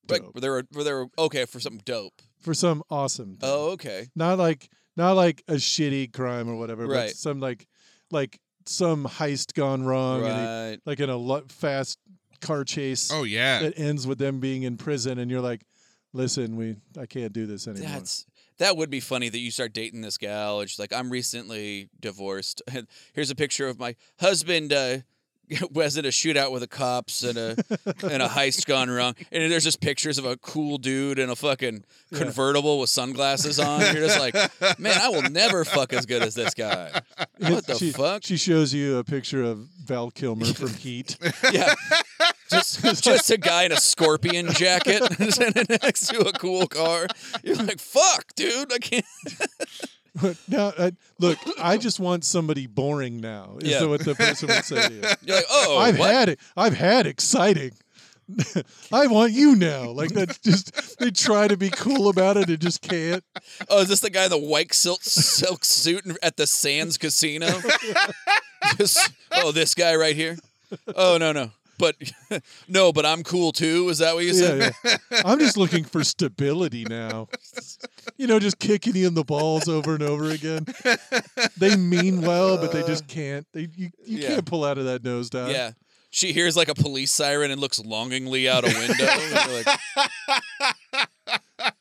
C: Like
D: dope,
C: there were there were okay for something dope.
D: for some awesome. thing.
C: Oh, okay.
D: not like not like a shitty crime or whatever,
C: Right.
D: but some like like some heist gone wrong, and he,
C: Right.
D: like in a lo- fast car chase
E: Oh yeah.
D: that ends with them being in prison, and you're like, listen, we I can't do this anymore.
C: That's that would be funny that you start dating this gal and she's like, I'm recently divorced. Here's a picture of my husband uh was in a shootout with the cops and a and a heist gone wrong. And there's just pictures of a cool dude in a fucking
D: Yeah.
C: convertible with sunglasses on. You're just like, man, I will never fuck as good as this guy. What the
D: she,
C: fuck?
D: She shows you a picture of Val Kilmer from Heat.
C: Yeah. Just, just a guy in a scorpion jacket sitting next to a cool car. You're like, fuck, dude. I can't.
D: no, I, uh, look, I just want somebody boring now. Is
C: Yeah.
D: what the person would say to you.
C: You're like, oh,
D: I've
C: what?
D: had it. I've had exciting. I want you now. Like that's just they try to be cool about it and just can't.
C: Oh, is this the guy in the white silk silk suit in- at the Sands Casino? Just- oh, this guy right here. Oh no no, but no, but I'm cool too. Is that what you said?
D: Yeah, yeah. I'm just looking for stability now. You know, just kicking you in the balls over and over again. They mean well, but they just can't. They you, you
C: Yeah.
D: can't pull out of that nosedive.
C: Yeah. She hears like a police siren and looks longingly out a window. And you're like,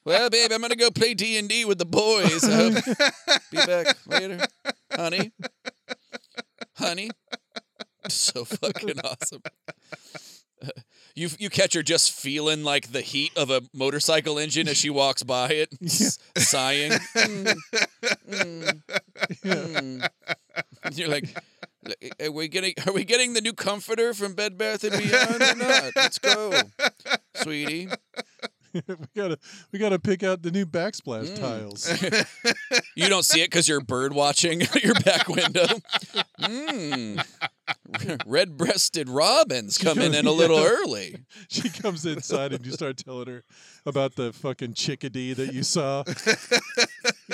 C: well, babe, I'm gonna go play D and D with the boys. I hope- Be back later, honey. Honey, so fucking awesome. You you catch her just feeling like the heat of a motorcycle engine as she walks by it, s- sighing. Mm, mm, mm. You're like, are we getting are we getting the new comforter from Bed Bath and Beyond or not? Let's go, sweetie.
D: we gotta we gotta pick out the new backsplash tiles.
C: You don't see it because you're bird watching out your back window. Mm. Red breasted robins coming in a little early.
D: She comes inside and you start telling her about the fucking chickadee that you saw.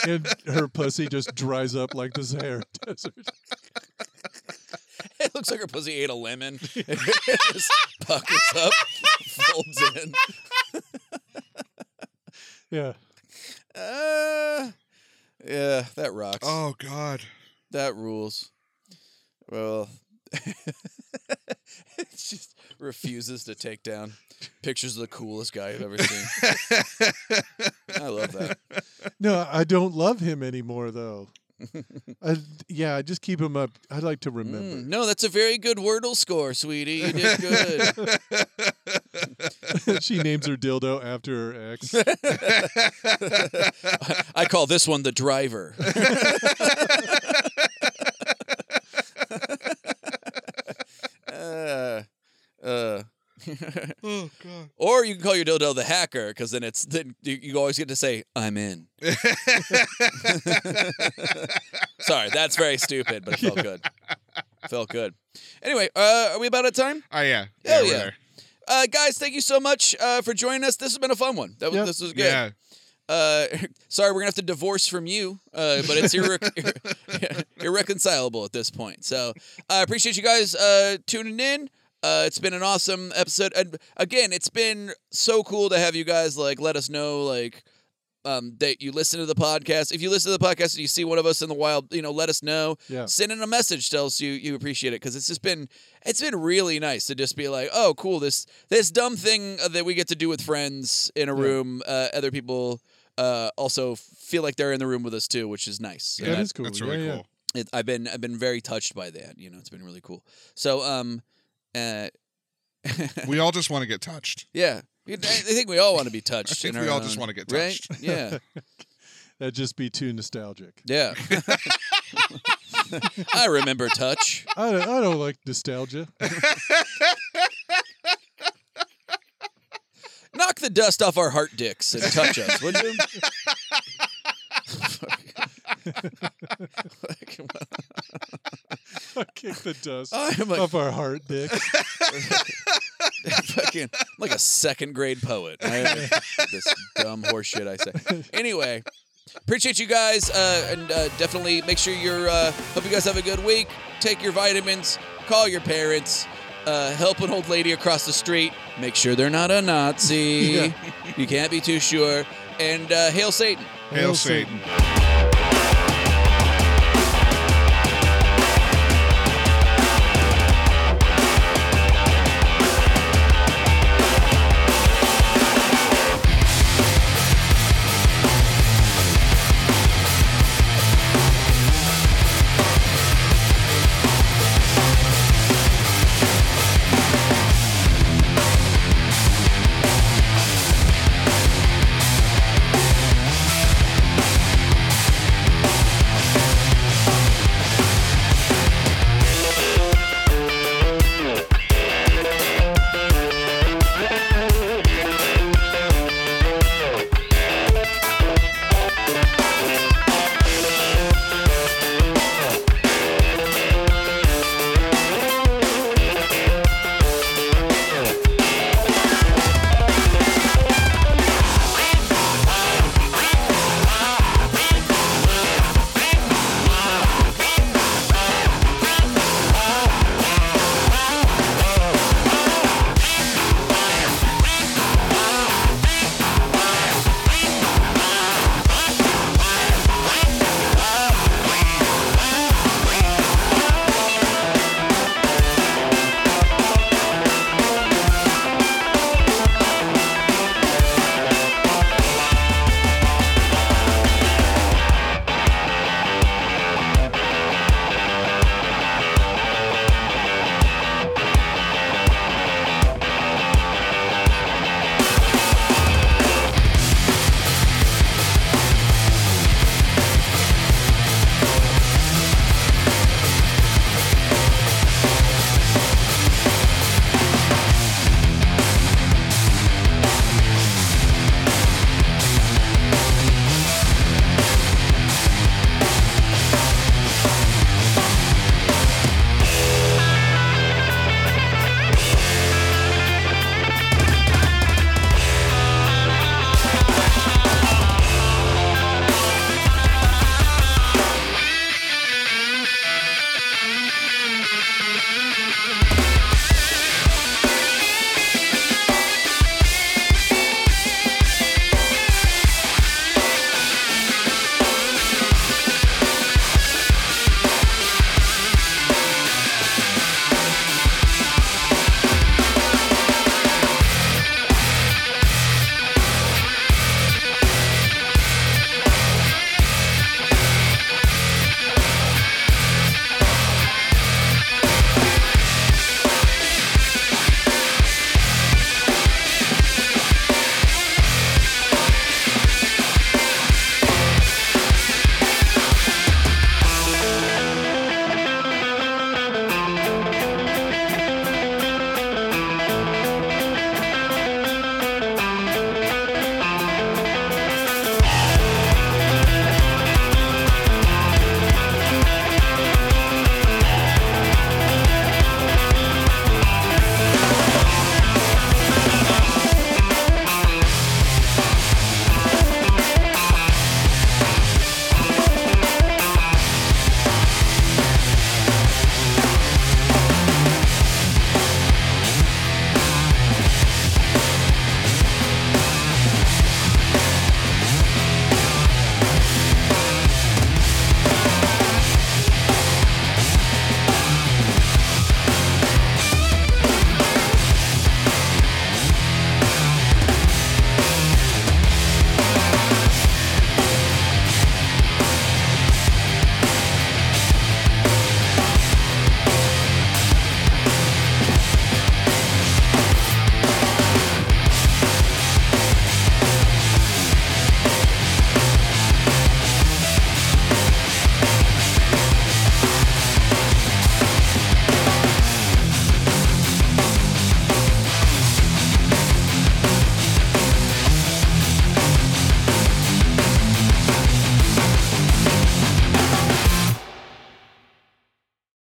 D: and her pussy just dries up like the Sahara Desert.
C: It looks like her pussy ate a lemon. It just puckers up, folds in.
D: Yeah.
C: Uh, yeah, that rocks.
E: Oh god.
C: That rules. Well, it just refuses to take down pictures of the coolest guy I've ever seen. I love that.
D: No, I don't love him anymore though. I, yeah, I just keep him up. I'd like to remember.
C: Mm, no, that's a very good Wordle score, sweetie. You did good.
D: she names her dildo after her ex.
C: I call this one the driver. uh, uh.
E: Oh god.
C: Or you can call your dildo the hacker, because then it's then you, you always get to say I'm in. Sorry, that's very stupid, but it felt good. Felt good. Anyway, uh, are we about out of time?
E: Oh yeah.
C: Hell
E: we're
C: yeah.
E: there.
C: Uh, guys, thank you so much uh, for joining us. This has been a fun one. That was,
D: Yep.
C: This was good.
E: Yeah.
C: Uh, sorry, we're gonna have to divorce from you, uh, but it's irre- irreconcilable at this point. So I appreciate you guys uh, tuning in. Uh, it's been an awesome episode, and again, it's been so cool to have you guys like let us know like um, that you listen to the podcast. If you listen to the podcast and you see one of us in the wild, you know, let us know.
D: Yeah.
C: Send in a message, tell us you you appreciate it because it's just been it's been really nice to just be like, oh, cool this this dumb thing uh, that we get to do with friends in a
D: Yeah.
C: room. Uh, other people uh, also feel like they're in the room with us too, which is nice.
D: That
C: And I-
D: is cool.
E: That's really
D: Yeah, yeah.
E: cool.
C: it, I've been I've been very touched by that. You know, it's been really cool. So um, uh,
E: We all just want to get touched.
C: yeah. I I think we all want to be touched.
E: I think
C: in our
E: we all
C: own-
E: just want to get
C: right?
E: touched.
C: Yeah,
D: That'd just be too nostalgic.
C: yeah. I remember touch.
D: I don't, I don't like nostalgia.
C: Knock the dust off our heart dicks and touch us, would you? Like,
D: Kick the dust
C: I'm a
E: Oh,
D: off our heart, Dick.
C: fucking I'm like a second grade poet. I- this dumb horseshit I say. Anyway, appreciate you guys, uh, and uh, definitely make sure you're. Uh, hope you guys have a good week. Take your vitamins. Call your parents. Uh, help an old lady across the street. Make sure they're not a Nazi.
D: Yeah.
C: You can't be too sure. And uh, hail Satan.
E: Hail Satan.